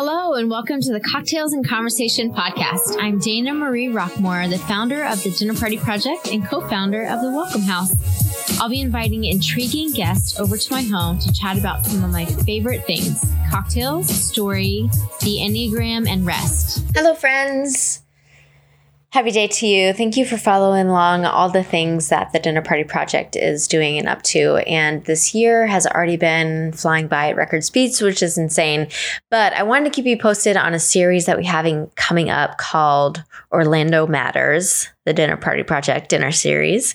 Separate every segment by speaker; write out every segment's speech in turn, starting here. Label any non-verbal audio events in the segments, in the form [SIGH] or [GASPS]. Speaker 1: and welcome to the Cocktails and Conversation podcast. I'm Dana Marie Rockmore, the founder of the Dinner Party Project and co founder of the Welcome House. I'll be inviting intriguing guests over to my home to chat about some of my favorite things cocktails, story, the Enneagram, and rest.
Speaker 2: Hello, friends. Happy day to you. Thank you for following along all the things that the Dinner Party Project is doing and up to. And this year has already been flying by at record speeds, which is insane. But I wanted to keep you posted on a series that we having coming up called Orlando Matters, the Dinner Party Project dinner series.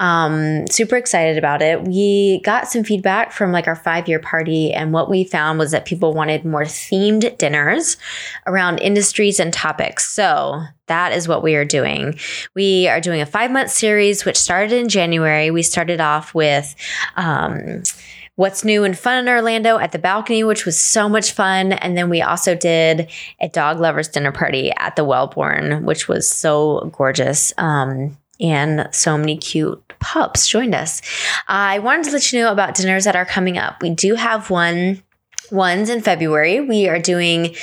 Speaker 2: Um, super excited about it. We got some feedback from like our five year party, and what we found was that people wanted more themed dinners around industries and topics. So that is what we are doing. We are doing a five month series, which started in January. We started off with. Um, What's new and fun in Orlando at the balcony, which was so much fun. And then we also did a dog lovers dinner party at the Wellborn, which was so gorgeous. Um, and so many cute pups joined us. I wanted to let you know about dinners that are coming up. We do have one ones in February. We are doing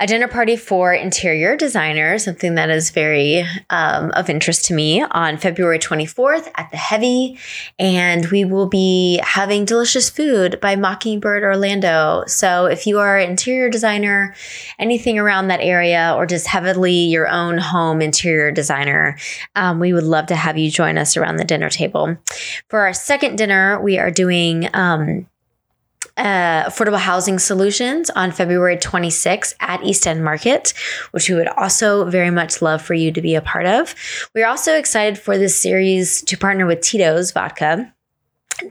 Speaker 2: a dinner party for interior designers, something that is very um, of interest to me on February 24th at the Heavy. And we will be having delicious food by Mockingbird Orlando. So if you are an interior designer, anything around that area, or just heavily your own home interior designer, um, we would love to have you join us around the dinner table. For our second dinner, we are doing. Um, uh, Affordable Housing Solutions on February 26th at East End Market, which we would also very much love for you to be a part of. We're also excited for this series to partner with Tito's Vodka.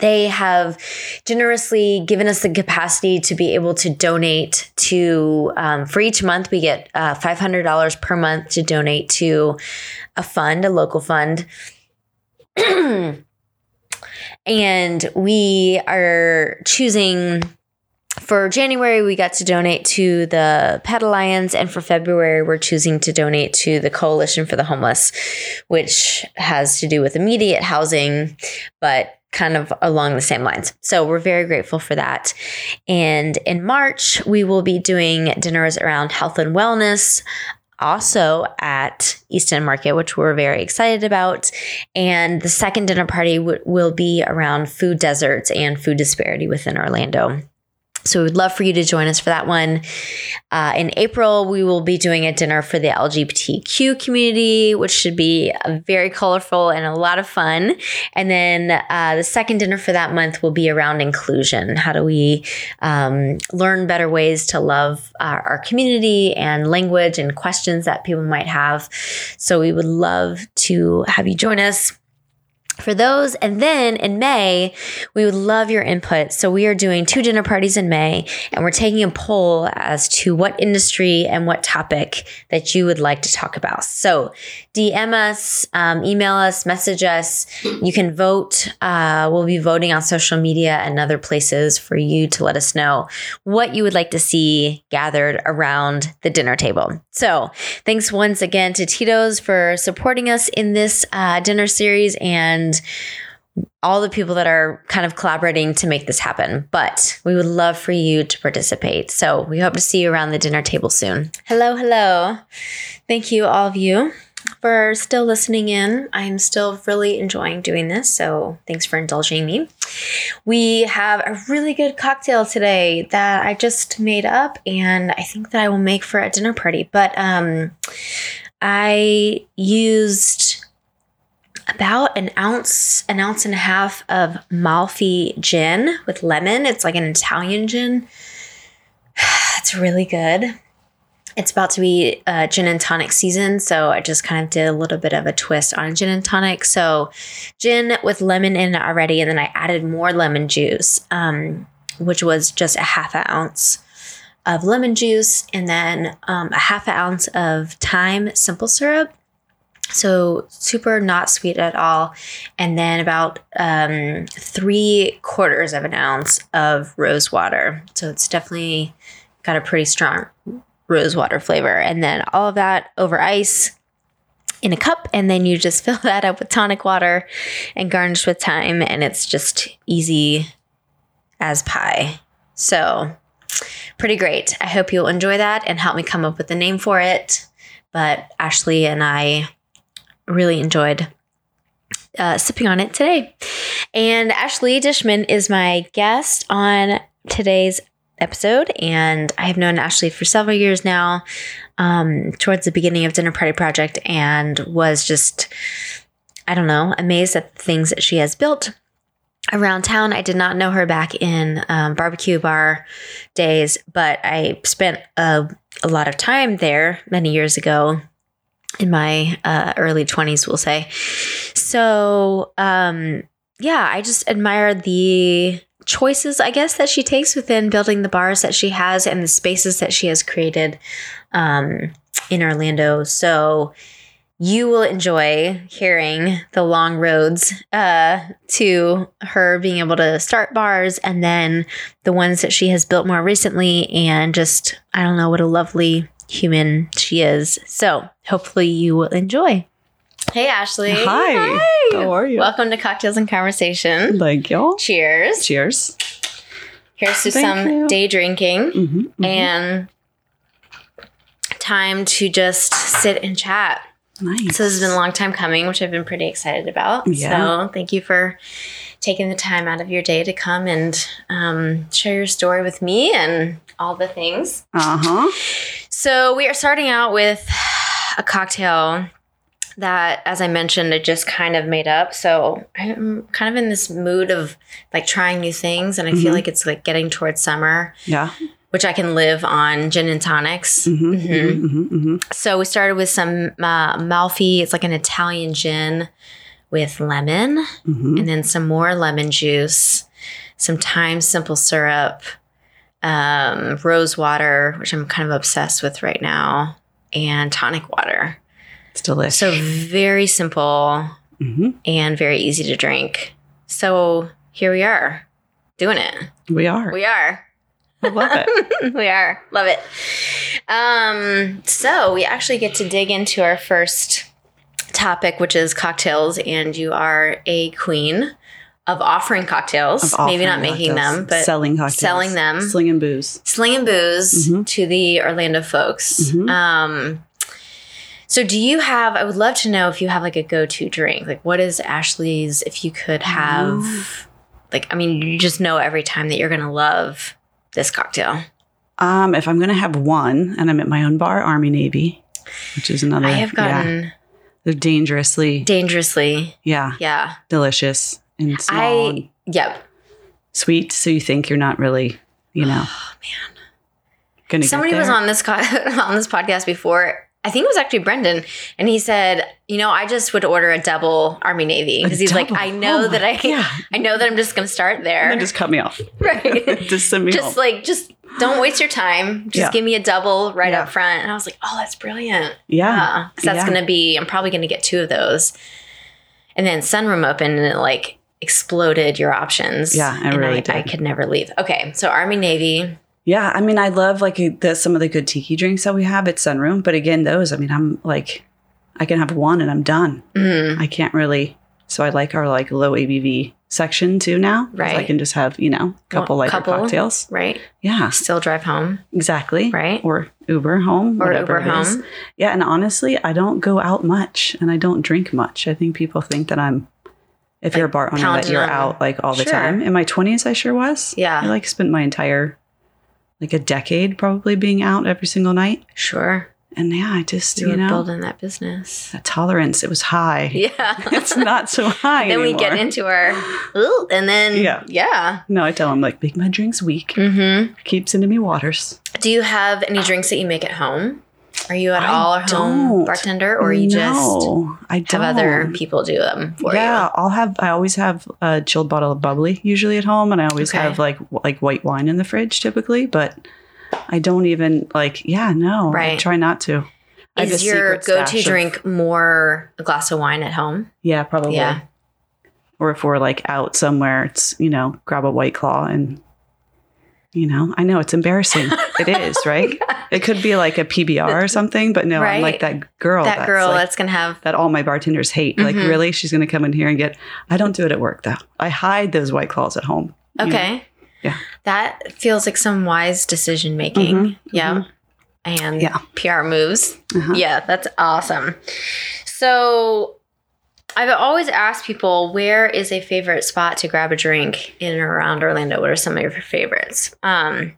Speaker 2: They have generously given us the capacity to be able to donate to, um, for each month, we get uh, $500 per month to donate to a fund, a local fund. [CLEARS THROAT] and we are choosing for January, we got to donate to the Pet Alliance, and for February, we're choosing to donate to the Coalition for the Homeless, which has to do with immediate housing, but kind of along the same lines. So we're very grateful for that. And in March, we will be doing dinners around health and wellness, also at East End Market, which we're very excited about. And the second dinner party w- will be around food deserts and food disparity within Orlando. So we'd love for you to join us for that one. Uh, in April, we will be doing a dinner for the LGBTQ community, which should be very colorful and a lot of fun. And then uh, the second dinner for that month will be around inclusion. How do we um, learn better ways to love our, our community and language and questions that people might have? So we would love to have you join us for those. And then in May, we would love your input. So we are doing two dinner parties in May, and we're taking a poll as to what industry and what topic that you would like to talk about. So DM us, um, email us, message us. You can vote. Uh, we'll be voting on social media and other places for you to let us know what you would like to see gathered around the dinner table. So thanks once again to Tito's for supporting us in this uh, dinner series and and all the people that are kind of collaborating to make this happen. But we would love for you to participate. So we hope to see you around the dinner table soon. Hello, hello. Thank you, all of you, for still listening in. I'm still really enjoying doing this. So thanks for indulging me. We have a really good cocktail today that I just made up and I think that I will make for a dinner party. But um, I used about an ounce, an ounce and a half of Malfi gin with lemon. It's like an Italian gin. [SIGHS] It's really good. It's about to be uh, gin and tonic season, so I just kind of did a little bit of a twist on gin and tonic. So, gin with lemon in it already, and then I added more lemon juice, um, which was just a half an ounce of lemon juice, and then um, a half an ounce of thyme simple syrup, so super not sweet at all and then about um, three quarters of an ounce of rose water so it's definitely got a pretty strong rose water flavor and then all of that over ice in a cup and then you just [LAUGHS] fill that up with tonic water and garnish with thyme and it's just easy as pie so pretty great. I hope you'll enjoy that and help me come up with a name for it. But Ashley and I really enjoyed uh, sipping on it today. And Ashley Dishman is my guest on today's episode. And I have known Ashley for several years now, um, towards the beginning of Dinner Party Project, and was just, I don't know, amazed at the things that she has built around town. I did not know her back in um, barbecue bar days, but I spent a, a lot of time there many years ago in my uh, early 20s, we'll say. So, um, yeah, I just admire the choices, I guess, that she takes within building the bars that she has and the spaces that she has created um, in Orlando. So, you will enjoy hearing the long roads uh, to her being able to start bars and then the ones that she has built more recently. And just, I don't know, what a lovely human she is. So hopefully you will enjoy. Hey, Ashley.
Speaker 3: Hi. How are you?
Speaker 2: Welcome to Cocktails and Conversation.
Speaker 3: Thank y'all.
Speaker 2: Cheers.
Speaker 3: Cheers.
Speaker 2: Here's to
Speaker 3: Thank
Speaker 2: some
Speaker 3: you.
Speaker 2: day drinking
Speaker 3: Mm-hmm.
Speaker 2: and time to just sit and chat.
Speaker 3: nice.
Speaker 2: So this has been a long time coming, which I've been pretty excited about. So
Speaker 3: Yeah.
Speaker 2: thank you for taking the time out of your day to come and um, share your story with me and all the things.
Speaker 3: Uh huh.
Speaker 2: So we are starting out with a cocktail that, as I mentioned, I just kind of made up. So I'm kind of in this mood of like trying new things, and I feel
Speaker 3: Mhm.
Speaker 2: like it's like getting towards summer,
Speaker 3: Yeah.
Speaker 2: which I can live on gin and tonics.
Speaker 3: Mm-hmm.
Speaker 2: Mhm.
Speaker 3: Mm-hmm. Mm-hmm.
Speaker 2: So we started with some uh, Malfi. It's like an Italian gin with lemon,
Speaker 3: Mm-hmm.
Speaker 2: and then some more lemon juice, some thyme simple syrup, um, rose water, which I'm kind of obsessed with right now, and tonic water.
Speaker 3: It's delicious.
Speaker 2: So very simple
Speaker 3: Mhm.
Speaker 2: and very easy to drink. So here we are, doing it.
Speaker 3: we are.
Speaker 2: We are
Speaker 3: I love
Speaker 2: [LAUGHS]
Speaker 3: it.
Speaker 2: we are. Love it. Um, so we actually get to dig into our first topic, which is cocktails, and you are a queen of offering cocktails.
Speaker 3: Of offering
Speaker 2: Maybe not making
Speaker 3: cocktails.
Speaker 2: them, but
Speaker 3: selling cocktails,
Speaker 2: selling them.
Speaker 3: slinging booze.
Speaker 2: slinging booze
Speaker 3: Mhm.
Speaker 2: to the Orlando folks.
Speaker 3: Mhm.
Speaker 2: Um, so do you have I would love to know if you have like a go-to drink. Like what is Ashley's if you could have like I mean you just know every time that you're going to love this cocktail.
Speaker 3: Um, if I'm gonna have one, and I'm at my own bar, Army Navy, which is another.
Speaker 2: I have
Speaker 3: Yeah,
Speaker 2: gotten
Speaker 3: they're dangerously.
Speaker 2: dangerously
Speaker 3: yeah,
Speaker 2: yeah
Speaker 3: delicious and small,
Speaker 2: I-
Speaker 3: and
Speaker 2: yep
Speaker 3: sweet. So you think you're not really, you know. Gonna get
Speaker 2: Oh, somebody was
Speaker 3: there.
Speaker 2: on this co- [LAUGHS] on this podcast before i think it was actually brendan and he said you know i just would order a double army navy because
Speaker 3: A
Speaker 2: he's like
Speaker 3: double.
Speaker 2: i know
Speaker 3: Oh
Speaker 2: that
Speaker 3: my-
Speaker 2: i
Speaker 3: yeah.
Speaker 2: [LAUGHS] i know that i'm just gonna start
Speaker 3: And
Speaker 2: there
Speaker 3: then just cut me off.
Speaker 2: [LAUGHS]
Speaker 3: [LAUGHS]
Speaker 2: right
Speaker 3: just send me
Speaker 2: [LAUGHS]
Speaker 3: home.
Speaker 2: just like just don't waste your time just
Speaker 3: Yeah.
Speaker 2: give me a double right
Speaker 3: Yeah.
Speaker 2: up front and i was like oh that's brilliant
Speaker 3: yeah.
Speaker 2: Yeah. Uh, 'Cause that's
Speaker 3: Yeah.
Speaker 2: going to be, I'm probably going to get two of those. And then Sunroom opened and it like exploded your options.
Speaker 3: Yeah, it
Speaker 2: and
Speaker 3: really
Speaker 2: I,
Speaker 3: did.
Speaker 2: I could never leave. Okay. So Army, Navy.
Speaker 3: Yeah, I mean, I love like eh, the, some of the good tiki drinks that we have at Sunroom, but again, those, I mean, I'm like, I can have one and I'm done.
Speaker 2: Mm,
Speaker 3: I can't really. So I like our like low ABV section too now. 'cause I
Speaker 2: Right.
Speaker 3: can just have you know a couple
Speaker 2: Well,
Speaker 3: lighter
Speaker 2: couple.
Speaker 3: cocktails.
Speaker 2: right.
Speaker 3: Yeah,
Speaker 2: Still drive home.
Speaker 3: exactly.
Speaker 2: Right.
Speaker 3: Or Uber home.
Speaker 2: Or
Speaker 3: whatever
Speaker 2: Uber
Speaker 3: it is.
Speaker 2: home.
Speaker 3: Yeah, and honestly, I don't go out much and I don't drink much. I think people think that I'm. If you're a bar owner, that
Speaker 2: pounding
Speaker 3: you're
Speaker 2: on-
Speaker 3: out like all the
Speaker 2: Sure.
Speaker 3: time. In my 20s, I sure was.
Speaker 2: Yeah.
Speaker 3: I like spent my entire, like a decade probably being out every single night.
Speaker 2: Sure.
Speaker 3: And yeah, I just,
Speaker 2: You
Speaker 3: you,
Speaker 2: were
Speaker 3: know,
Speaker 2: building that business.
Speaker 3: [LAUGHS] that tolerance, it was high.
Speaker 2: Yeah.
Speaker 3: [LAUGHS] It's not
Speaker 2: [LAUGHS]
Speaker 3: so high.
Speaker 2: then we
Speaker 3: anymore.
Speaker 2: get into our, ooh, and then,
Speaker 3: Yeah.
Speaker 2: yeah.
Speaker 3: No, I tell him, like, make my drinks weak.
Speaker 2: Mm-hmm.
Speaker 3: Keep sending me waters.
Speaker 2: Do you have any drinks that you make at home? Are you at
Speaker 3: I
Speaker 2: all a home
Speaker 3: don't.
Speaker 2: bartender or you just
Speaker 3: No, I
Speaker 2: have
Speaker 3: don't.
Speaker 2: other people do them for
Speaker 3: yeah, I'll have. I always have a chilled bottle of bubbly usually at home, and I always
Speaker 2: Okay.
Speaker 3: have like w- like white wine in the fridge typically. But I don't even like. Yeah, no, I
Speaker 2: Right.
Speaker 3: try not to. I have
Speaker 2: Is
Speaker 3: a
Speaker 2: your
Speaker 3: secret stash
Speaker 2: go-to
Speaker 3: of-
Speaker 2: drink more a glass of wine at home?
Speaker 3: Yeah, probably.
Speaker 2: Yeah.
Speaker 3: Or if we're like out somewhere, it's you know grab a white claw and. You know, I know it's
Speaker 2: [LAUGHS]
Speaker 3: embarrassing. It is, right? It could be like a PBR or something, but no, I'm like
Speaker 2: Right.
Speaker 3: that girl.
Speaker 2: that
Speaker 3: that's,
Speaker 2: girl
Speaker 3: like,
Speaker 2: that's gonna have
Speaker 3: that all my bartenders hate. Like,
Speaker 2: Mhm.
Speaker 3: really? She's going to come in here and get. I don't do it at work though. I hide those white claws at home. you know?
Speaker 2: okay.
Speaker 3: Yeah.
Speaker 2: That feels like some wise decision making.
Speaker 3: Mhm,
Speaker 2: Yeah. And
Speaker 3: Mm-hmm. Yeah.
Speaker 2: PR moves.
Speaker 3: Uh-huh.
Speaker 2: Yeah, that's awesome. So I've always asked people where is a favorite spot to grab a drink in and around Orlando? What are some of your favorites? Um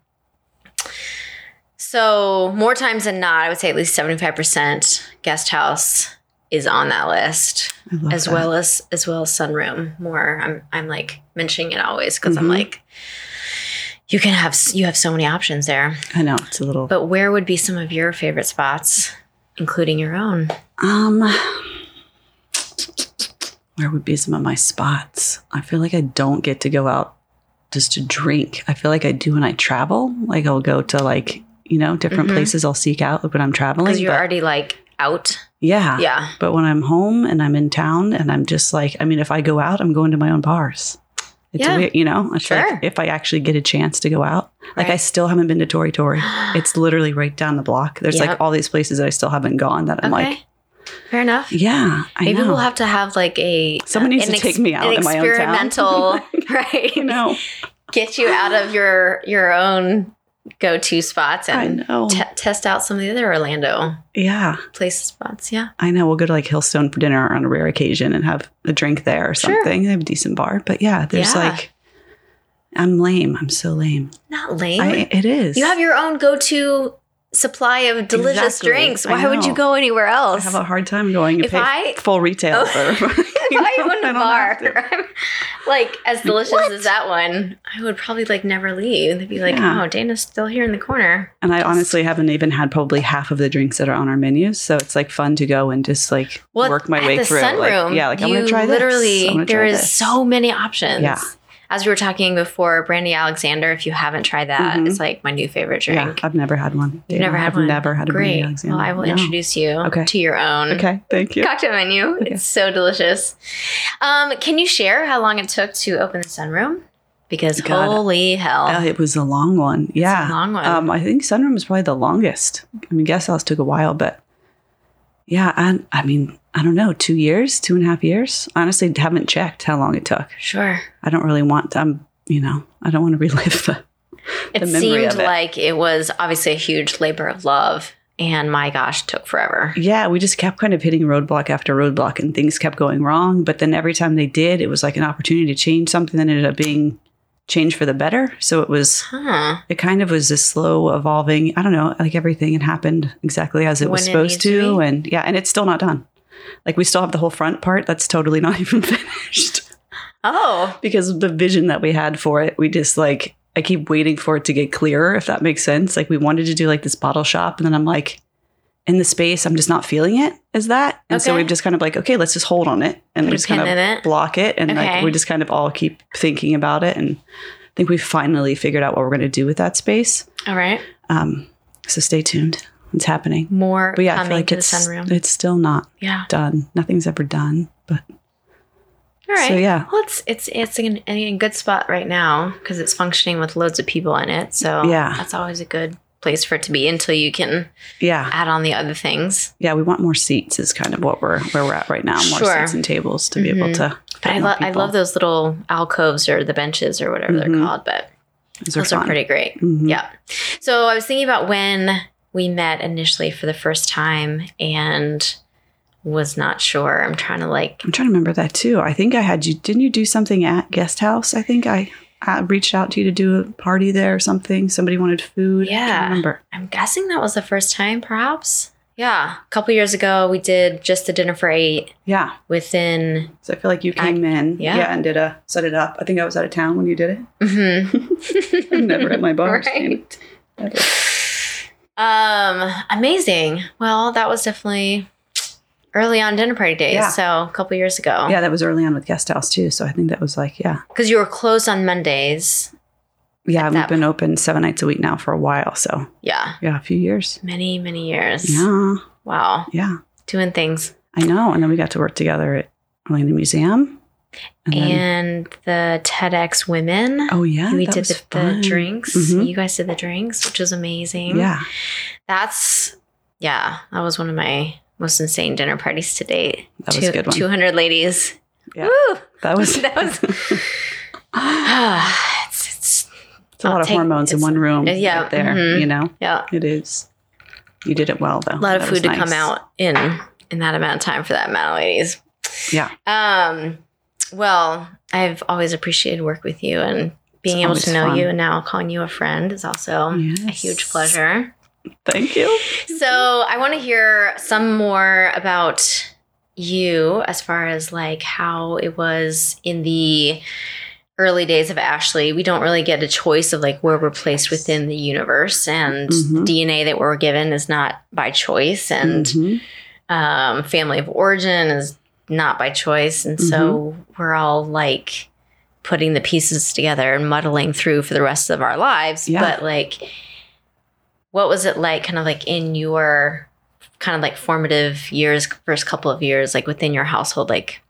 Speaker 2: so more times than not, I would say at least 75% guest house is on that list
Speaker 3: I love
Speaker 2: as
Speaker 3: that.
Speaker 2: well as as well as sunroom more i'm i'm like mentioning it always because i'm
Speaker 3: Mhm.
Speaker 2: like you can have s- you have so many options there
Speaker 3: I know it's a little.
Speaker 2: but where would be some of your favorite spots including your own
Speaker 3: Um, where would be some of my spots? I feel like I don't get to go out just to drink. I feel like I do when I travel. Like I'll go to like you know different
Speaker 2: Mhm.
Speaker 3: places. I'll seek out like when I'm traveling.
Speaker 2: because you're
Speaker 3: but-
Speaker 2: already like out
Speaker 3: yeah.
Speaker 2: yeah
Speaker 3: But when I'm home and I'm in town and I'm just like, I mean, if I go out, I'm going to my own bars. It's
Speaker 2: Yeah.
Speaker 3: weird, you know. It's like,
Speaker 2: Sure.
Speaker 3: if I actually get a chance to go out, like I
Speaker 2: Right.
Speaker 3: still haven't been to Tori Tori.
Speaker 2: [GASPS]
Speaker 3: It's literally right down the block. There's
Speaker 2: Yep.
Speaker 3: like all these places that I still haven't gone that I'm like,
Speaker 2: fair enough
Speaker 3: yeah, I
Speaker 2: maybe
Speaker 3: know.
Speaker 2: we'll have to have like a
Speaker 3: Someone needs
Speaker 2: an
Speaker 3: to take me out
Speaker 2: an
Speaker 3: in my own town. [LAUGHS]
Speaker 2: experimental [LAUGHS] right [LAUGHS]
Speaker 3: you know,
Speaker 2: get you out of your your own go-to spots
Speaker 3: I
Speaker 2: and
Speaker 3: know.
Speaker 2: te- test out some of the other orlando
Speaker 3: yeah,
Speaker 2: place spots yeah
Speaker 3: I know. We'll go to like Hillstone for dinner on a rare occasion and have a drink there or
Speaker 2: Sure.
Speaker 3: something. They have a decent bar, but yeah, there's
Speaker 2: Yeah.
Speaker 3: like, I'm lame. I'm so lame.
Speaker 2: not lame
Speaker 3: I, it is.
Speaker 2: You have your own go-to supply of delicious
Speaker 3: Exactly.
Speaker 2: drinks.
Speaker 3: I
Speaker 2: Why would you
Speaker 3: know.
Speaker 2: go anywhere
Speaker 3: I
Speaker 2: else? [LAUGHS]
Speaker 3: have a hard time going to
Speaker 2: If
Speaker 3: pay
Speaker 2: I-
Speaker 3: full retail
Speaker 2: Oh.
Speaker 3: for.
Speaker 2: [LAUGHS] if
Speaker 3: [LAUGHS] you
Speaker 2: I
Speaker 3: know,
Speaker 2: owned a
Speaker 3: don't have to.
Speaker 2: bar, [LAUGHS] I'm like as delicious as that one, I would probably like never leave. They'd be like,
Speaker 3: Yeah.
Speaker 2: "Oh, Dana's still here in the corner."
Speaker 3: And I honestly haven't even had probably half of the drinks that are on our menus, so it's like fun to go and just like
Speaker 2: Well,
Speaker 3: work my
Speaker 2: at
Speaker 3: way
Speaker 2: the
Speaker 3: through. Like,
Speaker 2: sunroom,
Speaker 3: yeah, like
Speaker 2: you
Speaker 3: I'm gonna try this.
Speaker 2: literally
Speaker 3: I'm gonna
Speaker 2: there
Speaker 3: try
Speaker 2: is
Speaker 3: this.
Speaker 2: so many options.
Speaker 3: Yeah.
Speaker 2: As we were talking before, Brandy Alexander, if you haven't tried that,
Speaker 3: Mhm.
Speaker 2: it's like my new favorite
Speaker 3: Yeah,
Speaker 2: drink.
Speaker 3: I've never had one.
Speaker 2: You've
Speaker 3: Yeah,
Speaker 2: never had
Speaker 3: I've
Speaker 2: one.
Speaker 3: Never had a Brandy
Speaker 2: Great.
Speaker 3: Alexander.
Speaker 2: Well, I will
Speaker 3: No.
Speaker 2: introduce you
Speaker 3: Okay.
Speaker 2: to your own.
Speaker 3: Okay, thank you.
Speaker 2: [LAUGHS] cocktail menu.
Speaker 3: Okay.
Speaker 2: It's so delicious. Um, can you share how long it took to open the sunroom? Because
Speaker 3: God.
Speaker 2: holy hell,
Speaker 3: Oh, it was a long one.
Speaker 2: it's
Speaker 3: Yeah,
Speaker 2: a long one.
Speaker 3: Um, I think Sunroom is probably the longest. I mean, Guest House took a while, but yeah, I, I mean, I don't know, two years, two and a half years. Honestly, haven't checked how long it took.
Speaker 2: sure,
Speaker 3: I don't really want. I'm, you know, I don't want to relive the. [LAUGHS]
Speaker 2: it
Speaker 3: memory
Speaker 2: seemed
Speaker 3: of it.
Speaker 2: like it was obviously a huge labor of love, and my gosh, it took forever.
Speaker 3: Yeah, we just kept kind of hitting roadblock after roadblock, and things kept going wrong. But then every time they did, it was like an opportunity to change something that ended up being changed for the better. So it was,
Speaker 2: Huh?
Speaker 3: it kind of was this slow evolving. I don't know, like everything had happened exactly as it
Speaker 2: When
Speaker 3: was
Speaker 2: it
Speaker 3: supposed
Speaker 2: needs to
Speaker 3: to,
Speaker 2: be.
Speaker 3: and yeah, and it's still not done. Like we still have the whole front part that's totally not [LAUGHS] even finished.
Speaker 2: Oh,
Speaker 3: because of the vision that we had for it, we just like I keep waiting for it to get clearer, if that makes sense. Like we wanted to do like this bottle shop, and then I'm like, in the space, I'm just not feeling it. Is that? And so
Speaker 2: Okay.
Speaker 3: we've just kind of like, okay, let's just hold on it, and
Speaker 2: Put
Speaker 3: we
Speaker 2: a
Speaker 3: just
Speaker 2: pin
Speaker 3: kind
Speaker 2: in
Speaker 3: of
Speaker 2: it.
Speaker 3: block it, and
Speaker 2: Okay.
Speaker 3: like we just kind of all keep thinking about it, and I think we finally figured out what we're going to do with that space.
Speaker 2: all right.
Speaker 3: Um, so stay tuned; it's happening.
Speaker 2: More
Speaker 3: But yeah, I
Speaker 2: coming
Speaker 3: feel like
Speaker 2: to the
Speaker 3: it's
Speaker 2: sunroom.
Speaker 3: it's still not
Speaker 2: yeah.
Speaker 3: done. Nothing's ever done, but
Speaker 2: All right.
Speaker 3: so yeah,
Speaker 2: Well, it's it's it's in, in a good spot right now because it's functioning with loads of people in it. So
Speaker 3: Yeah.
Speaker 2: that's always a good place for it to be until you can
Speaker 3: yeah.
Speaker 2: add on the other things.
Speaker 3: yeah, we want more seats is kind of what we're where we're at right now. More
Speaker 2: Sure.
Speaker 3: seats and tables to be able
Speaker 2: Mhm.
Speaker 3: to.
Speaker 2: But I,
Speaker 3: more
Speaker 2: lo- I
Speaker 3: people.
Speaker 2: love those little alcoves or the benches or whatever they're
Speaker 3: Mhm.
Speaker 2: called, but
Speaker 3: Those
Speaker 2: those are
Speaker 3: fun.
Speaker 2: pretty great.
Speaker 3: Mhm.
Speaker 2: Yeah. So I was thinking about when we met initially for the first time and was not sure. I'm trying to like,
Speaker 3: I'm trying to remember that too. I think I had you. Didn't you do something at guest house? I think I, I reached out to you to do a party there or something. Somebody wanted food. I can't
Speaker 2: Yeah.
Speaker 3: remember.
Speaker 2: I'm guessing that was the first time perhaps. Yeah. A couple years ago, we did just the dinner for eight
Speaker 3: Yeah.
Speaker 2: within.
Speaker 3: So I feel like you
Speaker 2: I-
Speaker 3: came in.
Speaker 2: yeah.
Speaker 3: And did a set it up. I think I was out of town when you did it.
Speaker 2: Mhm.
Speaker 3: I'm never
Speaker 2: [LAUGHS]
Speaker 3: at my bar. Sandy.
Speaker 2: Right. Um, amazing. Well, that was definitely early on dinner party days.
Speaker 3: Yeah.
Speaker 2: So a couple years ago.
Speaker 3: Yeah, that was early on with guest house too. So I think that was like yeah.
Speaker 2: Because you were closed on Mondays.
Speaker 3: Yeah,
Speaker 2: At
Speaker 3: we've
Speaker 2: that-
Speaker 3: been open seven nights a week now for a while. So
Speaker 2: Yeah.
Speaker 3: yeah, a few years.
Speaker 2: Many, many years.
Speaker 3: Yeah.
Speaker 2: Wow.
Speaker 3: Yeah.
Speaker 2: Doing things.
Speaker 3: I know. And then we got to work together at Orlando Museum. And, then,
Speaker 2: And the TEDx women.
Speaker 3: oh yeah,
Speaker 2: we
Speaker 3: that
Speaker 2: did
Speaker 3: was
Speaker 2: the, the
Speaker 3: fun.
Speaker 2: drinks.
Speaker 3: Mhm.
Speaker 2: You guys did the drinks, which was amazing.
Speaker 3: Yeah,
Speaker 2: That's yeah, that was one of my most insane dinner parties to date.
Speaker 3: that was a good one.
Speaker 2: Two hundred ladies. [LAUGHS]
Speaker 3: Yeah.
Speaker 2: Woo!
Speaker 3: [LAUGHS] that was
Speaker 2: that was- [SIGHS] it's, it's
Speaker 3: It's a
Speaker 2: I'll
Speaker 3: lot of
Speaker 2: take-
Speaker 3: hormones in
Speaker 2: it's-
Speaker 3: one room.
Speaker 2: uh, yeah,
Speaker 3: right there,
Speaker 2: mhm.
Speaker 3: you know,
Speaker 2: Yeah.
Speaker 3: it is. You did it well though.
Speaker 2: A lot of food to come out in in that amount of time for that amount of ladies.
Speaker 3: Yeah.
Speaker 2: Um well, I've always appreciated work with you and being
Speaker 3: It's
Speaker 2: able
Speaker 3: always
Speaker 2: to know
Speaker 3: fun.
Speaker 2: you and now calling you a friend is also a huge
Speaker 3: Yes.
Speaker 2: pleasure.
Speaker 3: Thank you.
Speaker 2: So I want to hear some more about you as far as like how it was in the early days of Ashley. We don't really get a choice of like where we're placed within the universe and
Speaker 3: Mhm.
Speaker 2: DNA that we're given is not by choice and
Speaker 3: Mhm.
Speaker 2: um, family of origin is not by choice. And so
Speaker 3: Mm-hmm.
Speaker 2: we're all like putting the pieces together and muddling through for the rest of our lives.
Speaker 3: Yeah.
Speaker 2: But like, what was it like kind of like in your kind of like formative years, first couple of years, like within your household? Like,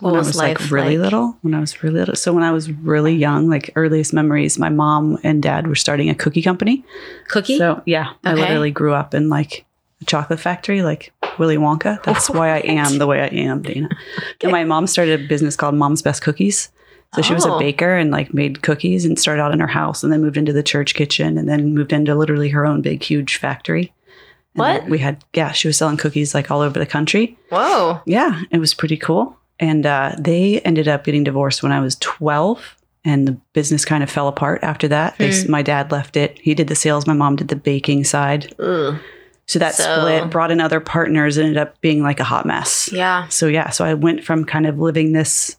Speaker 2: what
Speaker 3: when
Speaker 2: was,
Speaker 3: I was
Speaker 2: life
Speaker 3: like really little, when I was really little. So when I was really young, like earliest memories, my mom and dad were starting a cookie company.
Speaker 2: Cookie?
Speaker 3: So yeah, I
Speaker 2: Okay.
Speaker 3: literally grew up in like a chocolate factory, like Willy Wonka. That's why I am the way I
Speaker 2: [LAUGHS]
Speaker 3: am, Dana. And my mom started a business called Mom's Best Cookies. So she was a
Speaker 2: Oh.
Speaker 3: baker and like made cookies and started out in her house and then moved into the church kitchen and then moved into literally her own big huge factory. And
Speaker 2: What?
Speaker 3: then We had yeah, she was selling cookies like all over the country.
Speaker 2: Whoa.
Speaker 3: Yeah, it was pretty cool. And uh, they ended up getting divorced when I was 12, and the business kind of fell apart after that. They, my dad left it. He did the sales, my mom did the baking side.
Speaker 2: Ugh.
Speaker 3: So that
Speaker 2: So-
Speaker 3: split brought in other partners, ended up being like a hot mess.
Speaker 2: Yeah.
Speaker 3: So, yeah, so I went from kind of living this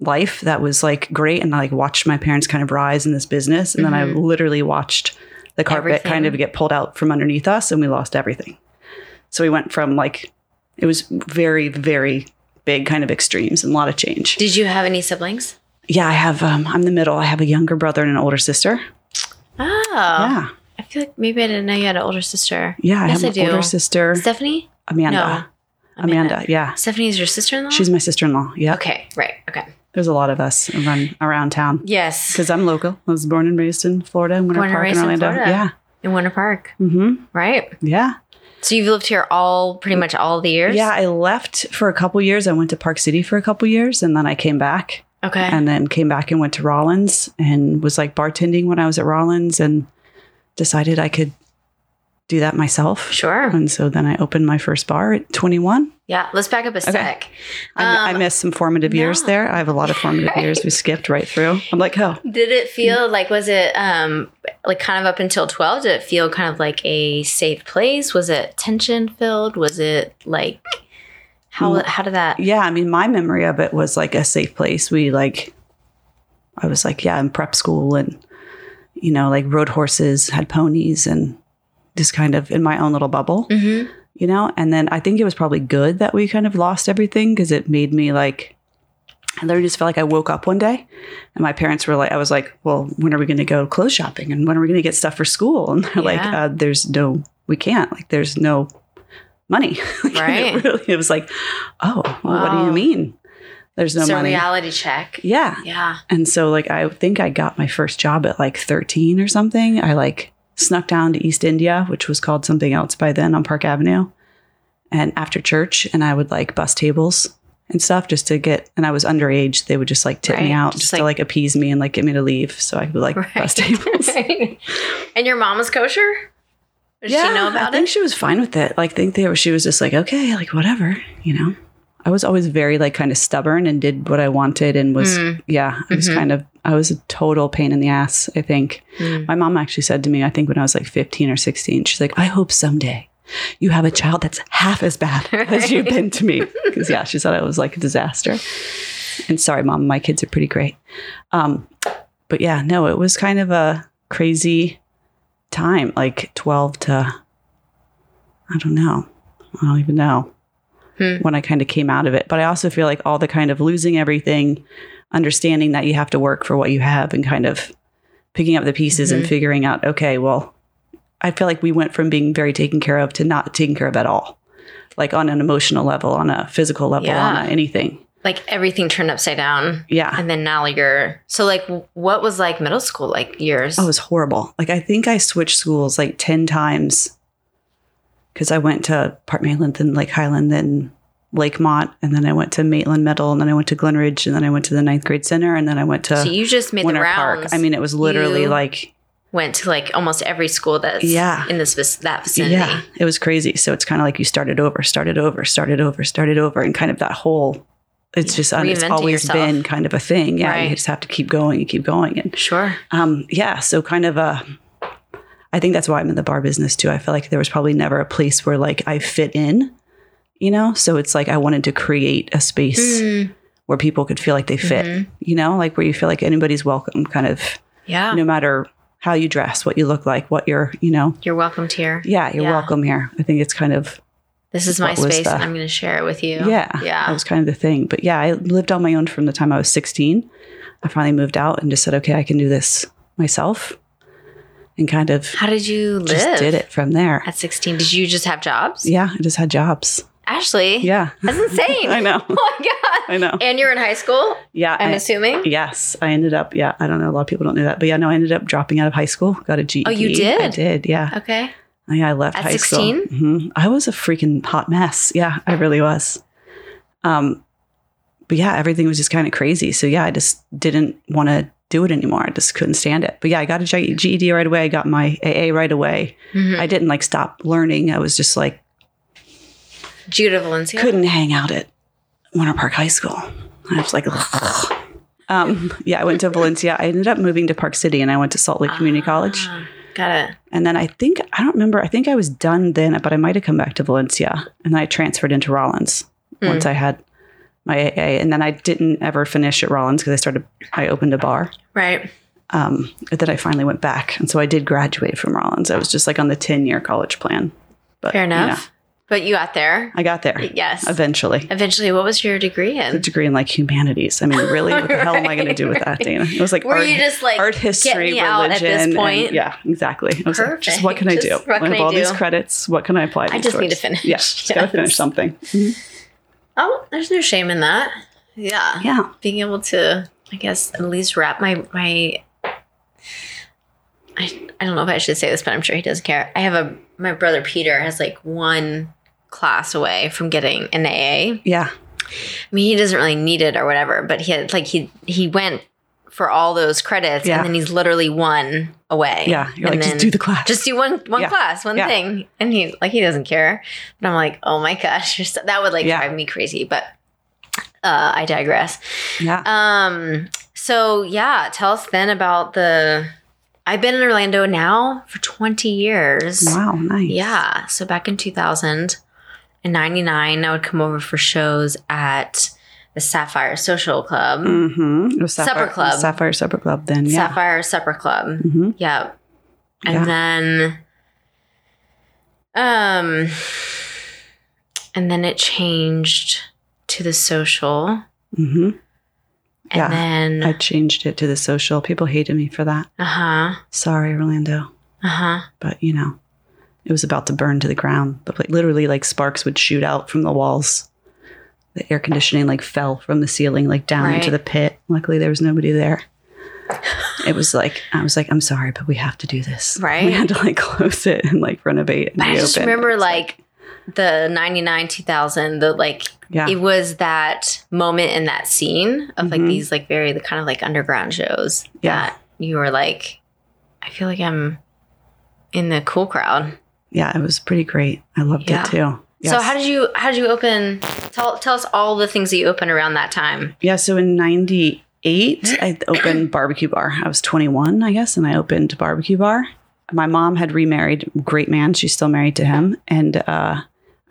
Speaker 3: life that was like great and I like watched my parents kind of rise in this business. And then I
Speaker 2: Mhm.
Speaker 3: literally watched the carpet
Speaker 2: Everything.
Speaker 3: kind of get pulled out from underneath us and we lost everything. So we went from like, it was very, very big kind of extremes and a lot of change.
Speaker 2: Did you have any siblings?
Speaker 3: yeah, I have, um, I'm the middle. I have a younger brother and an older sister.
Speaker 2: Oh,
Speaker 3: Yeah.
Speaker 2: I feel like maybe I didn't know you had an older sister.
Speaker 3: Yeah. I
Speaker 2: Yes,
Speaker 3: have an
Speaker 2: I do.
Speaker 3: older sister,
Speaker 2: Stephanie?
Speaker 3: Amanda.
Speaker 2: No.
Speaker 3: Amanda. Yeah.
Speaker 2: Stephanie's your sister in law?
Speaker 3: She's my sister in law. Yeah.
Speaker 2: Okay, right. Okay.
Speaker 3: There's a lot of us around, around town.
Speaker 2: Yes.
Speaker 3: Because I'm local. I was born and raised in Florida, in Winter
Speaker 2: Born and
Speaker 3: Park, in
Speaker 2: raised in
Speaker 3: Orlando.
Speaker 2: Florida.
Speaker 3: yeah.
Speaker 2: In Winter Park.
Speaker 3: Mm-hmm.
Speaker 2: Right.
Speaker 3: Yeah.
Speaker 2: So you've lived here all pretty much all the years?
Speaker 3: Yeah. I left for a couple years. I went to Park City for a couple years and then I came back
Speaker 2: Okay.
Speaker 3: and then came back and went to Rollins and was like bartending when I was at Rollins and decided I could do that myself.
Speaker 2: sure.
Speaker 3: And so then I opened my first bar at 21.
Speaker 2: Yeah. Let's back up a sec.
Speaker 3: I, I
Speaker 2: Um,
Speaker 3: missed some formative years
Speaker 2: no.
Speaker 3: there. I have a lot of formative
Speaker 2: Right. [LAUGHS]
Speaker 3: years. We skipped right through. I'm like, oh,
Speaker 2: Did it feel like was it um like kind of up until twelve? Did it feel kind of like a safe place? Was it tension filled? Was it like how
Speaker 3: Mm.
Speaker 2: how did that
Speaker 3: yeah. I mean, my memory of it was like a safe place. We like, I was like, yeah, in prep school and, you know, like rode horses, had ponies, and just kind of in my own little bubble,
Speaker 2: Mhm.
Speaker 3: you know? And then I think it was probably good that we kind of lost everything because it made me like, I literally just felt like I woke up one day and my parents were like, I was like, well, when are we going to go clothes shopping? And when are we going to get stuff for school? And they're like,
Speaker 2: Yeah.
Speaker 3: uh, there's no, we can't. Like, there's no money. [LAUGHS] Like, and
Speaker 2: Right.
Speaker 3: It, really, it was like, oh, well, what do
Speaker 2: Wow.
Speaker 3: you mean? There's no
Speaker 2: so
Speaker 3: money.
Speaker 2: reality check?
Speaker 3: yeah.
Speaker 2: Yeah.
Speaker 3: And so like I think I got my first job at like 13 or something. I like snuck down to East India, which was called something else by then on Park Avenue. And after church and I would like bus tables and stuff just to get and I was underage. They would just like tip
Speaker 2: Right,
Speaker 3: me out
Speaker 2: just
Speaker 3: just, to
Speaker 2: like-
Speaker 3: like appease me and like get me to leave. So I
Speaker 2: [LAUGHS]
Speaker 3: could like bus tables.
Speaker 2: and your mom was kosher? Did she know about
Speaker 3: [LAUGHS] I think
Speaker 2: it?
Speaker 3: she was fine with it. Like, think they, she was just like, okay, like whatever, you know. I was always very like kind of stubborn and did what I wanted and was
Speaker 2: Mm.
Speaker 3: yeah, I was
Speaker 2: Mhm.
Speaker 3: kind of I was a total pain in the ass. I think
Speaker 2: Mm.
Speaker 3: my mom actually said to me, I think when I was like fifteen or sixteen, she's like, I hope someday you have a child that's half as bad [LAUGHS] as you've been to me because yeah, she said I was like a disaster. And sorry, mom, my kids are pretty great. Um, but yeah, no, it was kind of a crazy time, like 12 to, I don't know, I don't even know
Speaker 2: Hmm.
Speaker 3: when I kind of came out of it. But I also feel like all the kind of losing everything, understanding that you have to work for what you have and kind of picking up the pieces
Speaker 2: Mhm.
Speaker 3: and figuring out, okay, well, I feel like we went from being very taken care of to not taken care of at all, like on an emotional level, on a physical level,
Speaker 2: Yeah.
Speaker 3: on a anything.
Speaker 2: Like everything turned upside down.
Speaker 3: Yeah.
Speaker 2: And then now you're so like w- what was like middle school like years?
Speaker 3: Oh, it was horrible. Like I think I switched schools like ten times because I went to Park Mainland, then Lake Highland, then Lakemont, and then I went to Maitland Middle, and then I went to Glen Ridge, and then I went to the ninth grade center, and then I went to
Speaker 2: so you just made
Speaker 3: Winter
Speaker 2: the
Speaker 3: Park.
Speaker 2: rounds.
Speaker 3: I mean, it was literally
Speaker 2: You-
Speaker 3: like,
Speaker 2: went to like almost every school that's
Speaker 3: Yeah.
Speaker 2: in this vic- that vicinity.
Speaker 3: yeah, it was crazy. So it's kind of like you started over, started over, started over, started over, and kind of that whole. It's just un- it's
Speaker 2: Reinventing
Speaker 3: always
Speaker 2: yourself.
Speaker 3: been kind of a thing. Yeah,
Speaker 2: Right.
Speaker 3: you just have to keep going and keep going, and
Speaker 2: Sure.
Speaker 3: um, yeah, so kind of a. I think that's why I'm in the bar business too. I feel like there was probably never a place where like I fit in, you know. So it's like I wanted to create a space
Speaker 2: Mm,
Speaker 3: where people could feel like they fit,
Speaker 2: mhm.
Speaker 3: you know, like where you feel like anybody's welcome, kind of
Speaker 2: Yeah.
Speaker 3: no matter how you dress, what you look like, what you're, you know.
Speaker 2: You're welcome here.
Speaker 3: Yeah, you're
Speaker 2: Yeah.
Speaker 3: welcome here. I think it's kind of
Speaker 2: This is my
Speaker 3: What was
Speaker 2: space and
Speaker 3: the-
Speaker 2: I'm going to share it with you.
Speaker 3: yeah, that
Speaker 2: Yeah.
Speaker 3: was kind of the thing. But yeah, I lived on my own from the time I was 16. I finally moved out and just said, okay, I can do this myself, and kind of
Speaker 2: How did you live?
Speaker 3: just did it from there.
Speaker 2: At 16, did you just have jobs?
Speaker 3: Yeah, I just had jobs.
Speaker 2: Ashley,
Speaker 3: Yeah, [LAUGHS]
Speaker 2: that's insane.
Speaker 3: I know.
Speaker 2: [LAUGHS] Oh my God. [LAUGHS]
Speaker 3: I know.
Speaker 2: And you're in high school,
Speaker 3: Yeah,
Speaker 2: I'm
Speaker 3: I-
Speaker 2: assuming?
Speaker 3: yes, I ended up. Yeah, I don't know. A lot of people don't know that, but yeah, no, I ended up dropping out of high school. Got a GED.
Speaker 2: Oh, you
Speaker 3: I
Speaker 2: did?
Speaker 3: did. Yeah,
Speaker 2: Okay.
Speaker 3: yeah. I left
Speaker 2: At
Speaker 3: high
Speaker 2: 16?
Speaker 3: school. hmm I was a freaking hot mess. Yeah, I really was. Um, but yeah, everything was just kind of crazy. So yeah, I just didn't want to do it anymore. I just couldn't stand it. But yeah, I got a G- GED right away. I got my AA right away.
Speaker 2: Mhm.
Speaker 3: I didn't like stop learning. I was just like
Speaker 2: Judah Valencia.
Speaker 3: couldn't hang out at Winter Park High School. I was like, ugh. um, yeah, I went to Valencia. I ended up moving to Park City and I went to Salt Lake Community College.
Speaker 2: Ah, Got it.
Speaker 3: And then I think, I don't remember, I think I was done then, but I might have come back to Valencia. And then I transferred into Rollins
Speaker 2: Hmm.
Speaker 3: once I had my AA. And then I didn't ever finish at Rollins because I started, I opened a bar.
Speaker 2: Right.
Speaker 3: Um, but then I finally went back. And so I did graduate from Rollins. I was just like on the 10 year college plan. But,
Speaker 2: Fair
Speaker 3: you know,
Speaker 2: enough. But you got there.
Speaker 3: I got there
Speaker 2: Yes.
Speaker 3: eventually.
Speaker 2: Eventually, what was your degree
Speaker 3: a
Speaker 2: in?
Speaker 3: degree in like humanities. I mean, really, what the hell am I going to do with
Speaker 2: [LAUGHS]
Speaker 3: that,
Speaker 2: Right,
Speaker 3: Dana? It was like
Speaker 2: Were
Speaker 3: art,
Speaker 2: you just like
Speaker 3: art history,
Speaker 2: get me
Speaker 3: religion.
Speaker 2: out at this
Speaker 3: and-
Speaker 2: point?
Speaker 3: yeah, exactly. I was like, just what can I
Speaker 2: Perfect.
Speaker 3: do?
Speaker 2: Just what
Speaker 3: I
Speaker 2: can
Speaker 3: have
Speaker 2: I
Speaker 3: all these
Speaker 2: do?
Speaker 3: credits. What can I apply?
Speaker 2: I
Speaker 3: these
Speaker 2: just need to
Speaker 3: towards?
Speaker 2: finish.
Speaker 3: Yeah, just gotta
Speaker 2: Yes. Mm-hmm.
Speaker 3: finish something. Mhm.
Speaker 2: Oh, there's no shame in that. Yeah.
Speaker 3: Yeah,
Speaker 2: Being able to, I guess, at least wrap my my. I, I don't know if I should say this, but I'm sure he doesn't care. I have a my brother Peter has like one class away from getting an AA.
Speaker 3: yeah,
Speaker 2: I mean, he doesn't really need it or whatever, but he had like he he went for all those credits,
Speaker 3: Yeah.
Speaker 2: and then he's literally one away.
Speaker 3: yeah. You're
Speaker 2: and
Speaker 3: like,
Speaker 2: then-
Speaker 3: just do the class.
Speaker 2: just do one one
Speaker 3: Yeah.
Speaker 2: class, one
Speaker 3: Yeah.
Speaker 2: thing, and he like he doesn't care. And I'm like, oh my gosh, you're so, that would like
Speaker 3: Yeah.
Speaker 2: drive me crazy. But uh, I digress.
Speaker 3: yeah.
Speaker 2: Um, so yeah, tell us then about the. I've been in Orlando now for 20 years.
Speaker 3: wow, nice.
Speaker 2: Yeah. So back in 2000 and 99, I would come over for shows at the Sapphire Social Club,
Speaker 3: Mm-hmm. It was
Speaker 2: Supper
Speaker 3: Sapphire
Speaker 2: Club.
Speaker 3: Sapphire Supper Club. Then yeah.
Speaker 2: Sapphire Supper Club.
Speaker 3: Mm-hmm.
Speaker 2: Yeah. And
Speaker 3: Yeah.
Speaker 2: then um and then it changed to the social.
Speaker 3: Mm-hmm.
Speaker 2: And
Speaker 3: Yeah.
Speaker 2: then
Speaker 3: I changed it to the social. People hated me for that.
Speaker 2: uh-huh.
Speaker 3: Sorry, Orlando.
Speaker 2: Uh-huh.
Speaker 3: but you know, it was about to burn to the ground. But like literally, like sparks would shoot out from the walls. The air conditioning like fell from the ceiling, like down into
Speaker 2: Right.
Speaker 3: the pit. Luckily, there was nobody there. It was like I was like, I'm sorry, but we have to do this.
Speaker 2: Right.
Speaker 3: We had to like [LAUGHS] close it and like renovate. And
Speaker 2: But I just
Speaker 3: reopen.
Speaker 2: remember
Speaker 3: It's
Speaker 2: like the 99 2000 the like
Speaker 3: yeah,
Speaker 2: it was that moment in that scene of like
Speaker 3: Mhm.
Speaker 2: these like very the kind of like underground shows
Speaker 3: Yeah.
Speaker 2: that you were like I feel like I'm in the cool crowd.
Speaker 3: yeah, it was pretty great. I loved
Speaker 2: Yeah.
Speaker 3: it too.
Speaker 2: So how did you how did you open? Tell tell us all the things that you opened around that time.
Speaker 3: Yeah, so in 98, I opened Barbecue Bar. I was 21, I guess, and I opened Barbecue Bar. My mom had remarried, great man. She's still married to him. And uh,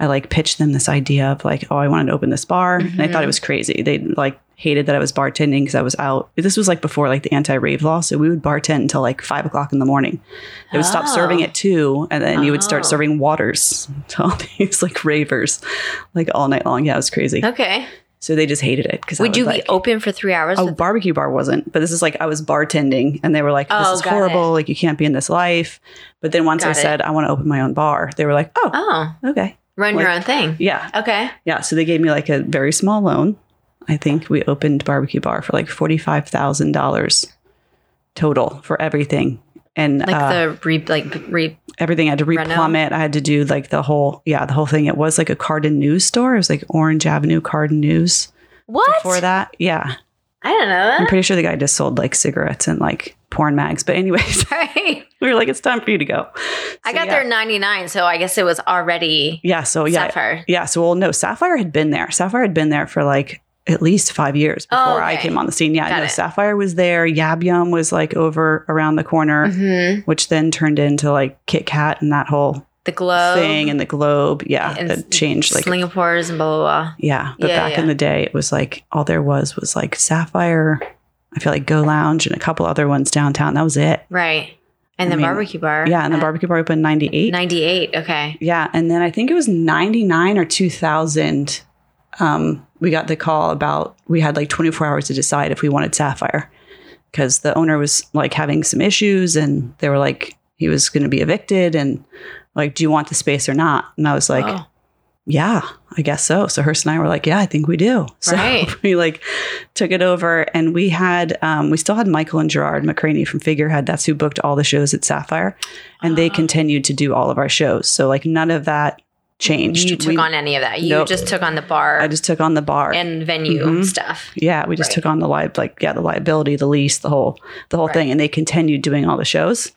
Speaker 3: I like pitched them this idea of like, oh, I wanted to open this bar. And they thought
Speaker 2: Mhm.
Speaker 3: it was crazy. They like hated that I was bartending because I was out. This was like before like the anti rave law. So we would bartend until like five o'clock in the morning. They would stop
Speaker 2: Oh.
Speaker 3: serving at two and then you would
Speaker 2: Oh.
Speaker 3: start serving waters [LAUGHS] to all these like ravers like all night long. Yeah, it was crazy.
Speaker 2: Okay.
Speaker 3: So they just hated it because
Speaker 2: Would you be open for three hours?
Speaker 3: Oh,
Speaker 2: with-
Speaker 3: barbecue bar wasn't, but this is like I was bartending, and they were like, "This
Speaker 2: Oh,
Speaker 3: is
Speaker 2: got
Speaker 3: horrible. Like you can't be in this life." But then once
Speaker 2: Got
Speaker 3: I
Speaker 2: it.
Speaker 3: said I want to open my own bar, they were like, "Oh,
Speaker 2: oh,
Speaker 3: okay,
Speaker 2: run your
Speaker 3: Like-
Speaker 2: own thing.
Speaker 3: yeah,
Speaker 2: Okay.
Speaker 3: yeah." So they gave me like a very small loan. I think we opened barbecue bar for like forty five thousand dollars total for everything, and
Speaker 2: Like
Speaker 3: uh,
Speaker 2: the re like re
Speaker 3: everything. I had to
Speaker 2: Reno?
Speaker 3: replumb it. I had to do like the whole yeah the whole thing. It was like a Carden News store. It was like Orange Avenue Carden News
Speaker 2: what? Oh.
Speaker 3: before that. Yeah,
Speaker 2: I don't
Speaker 3: I'm
Speaker 2: know. [LAUGHS]
Speaker 3: pretty sure the guy just sold like cigarettes and like porn mags. But anyways,
Speaker 2: Right.
Speaker 3: [LAUGHS] we were like, it's time for you to go.
Speaker 2: I
Speaker 3: So,
Speaker 2: got
Speaker 3: yeah.
Speaker 2: there in 99, so I guess it was already
Speaker 3: Yeah. So yeah,
Speaker 2: Sapphire.
Speaker 3: yeah. So well, no, Sapphire had been there. Sapphire had been there for like at least five years
Speaker 2: Oh,
Speaker 3: before I
Speaker 2: okay.
Speaker 3: came on the scene. Yeah,
Speaker 2: Got
Speaker 3: no,
Speaker 2: it.
Speaker 3: Sapphire was there. Yab Yum was like over around the corner,
Speaker 2: Mhm.
Speaker 3: which then turned into like Kit Kat and that whole
Speaker 2: The glow
Speaker 3: thing and the globe. Yeah,
Speaker 2: and
Speaker 3: that changed like
Speaker 2: Singapores and blah blah blah.
Speaker 3: Yeah, but
Speaker 2: Yeah,
Speaker 3: back in
Speaker 2: yeah.
Speaker 3: the day, it was like all there was was like Sapphire. I feel like Go Lounge and a couple other ones downtown. That was it.
Speaker 2: Right. And
Speaker 3: I
Speaker 2: the
Speaker 3: mean,
Speaker 2: barbecue bar.
Speaker 3: Yeah, and the
Speaker 2: at
Speaker 3: barbecue bar opened in '98.
Speaker 2: 98. Okay.
Speaker 3: Yeah, and then I think it was '99 or 2000. Um, we got the call about we had like 24 hours to decide if we wanted Sapphire because the owner was like having some issues, and they were like he was going to be evicted, and like, do you want the space or not? And I was like,
Speaker 2: Oh.
Speaker 3: yeah, I guess so. So Hearst and I were like, yeah, I think we do. [LAUGHS] So
Speaker 2: Right.
Speaker 3: we like took it over and we had, um, we still had Michael and Gerard McCraney from Figurehead. That's who booked all the shows at Sapphire. And they
Speaker 2: Ah.
Speaker 3: continued to do all of our shows. So like none of that changed.
Speaker 2: You took
Speaker 3: We-
Speaker 2: on any of that. You
Speaker 3: Nope.
Speaker 2: just took on the bar
Speaker 3: I just took on the bar.
Speaker 2: and venue
Speaker 3: Mhm.
Speaker 2: stuff.
Speaker 3: yeah, we just
Speaker 2: Right.
Speaker 3: took on the li- like yeah, the liability, the lease, the whole the whole
Speaker 2: Right.
Speaker 3: thing, and they continued doing all the shows.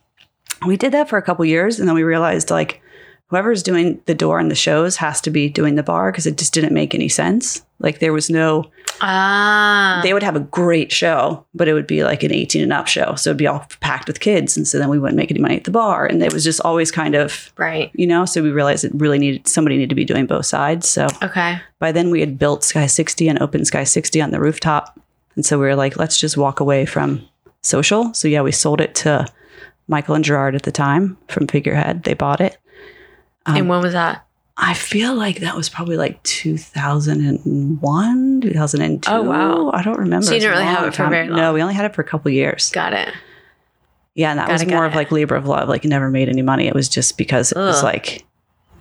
Speaker 3: We did that for a couple years, and then we realized like whoever's doing the door and the shows has to be doing the bar because it just didn't make any sense. Like there was no,
Speaker 2: Ah.
Speaker 3: they would have a great show, but it would be like an eighteen and up show, so it'd be all packed with kids, and so then we wouldn't make any money at the bar, and it was just always kind of
Speaker 2: right.
Speaker 3: you know. So we realized it really needed somebody needed to be doing both sides. So
Speaker 2: Okay.
Speaker 3: by then we had built Sky 60 and opened Sky 60 on the rooftop. And so we were like, let's just walk away from social. So yeah, we sold it to Michael and Gerard at the time from Figurehead. They bought it. Um,
Speaker 2: and when was that?
Speaker 3: I feel like that was probably like 2001, 2002.
Speaker 2: Oh, wow.
Speaker 3: I don't remember.
Speaker 2: So you
Speaker 3: It's
Speaker 2: didn't
Speaker 3: a
Speaker 2: really have
Speaker 3: long
Speaker 2: it for very
Speaker 3: No,
Speaker 2: long.
Speaker 3: we only had it for a couple years.
Speaker 2: Got it.
Speaker 3: Yeah, and that
Speaker 2: Got
Speaker 3: was
Speaker 2: it, got
Speaker 3: more of
Speaker 2: it.
Speaker 3: like labor of love. Like it never made any money. It was just because it was
Speaker 2: Ugh.
Speaker 3: like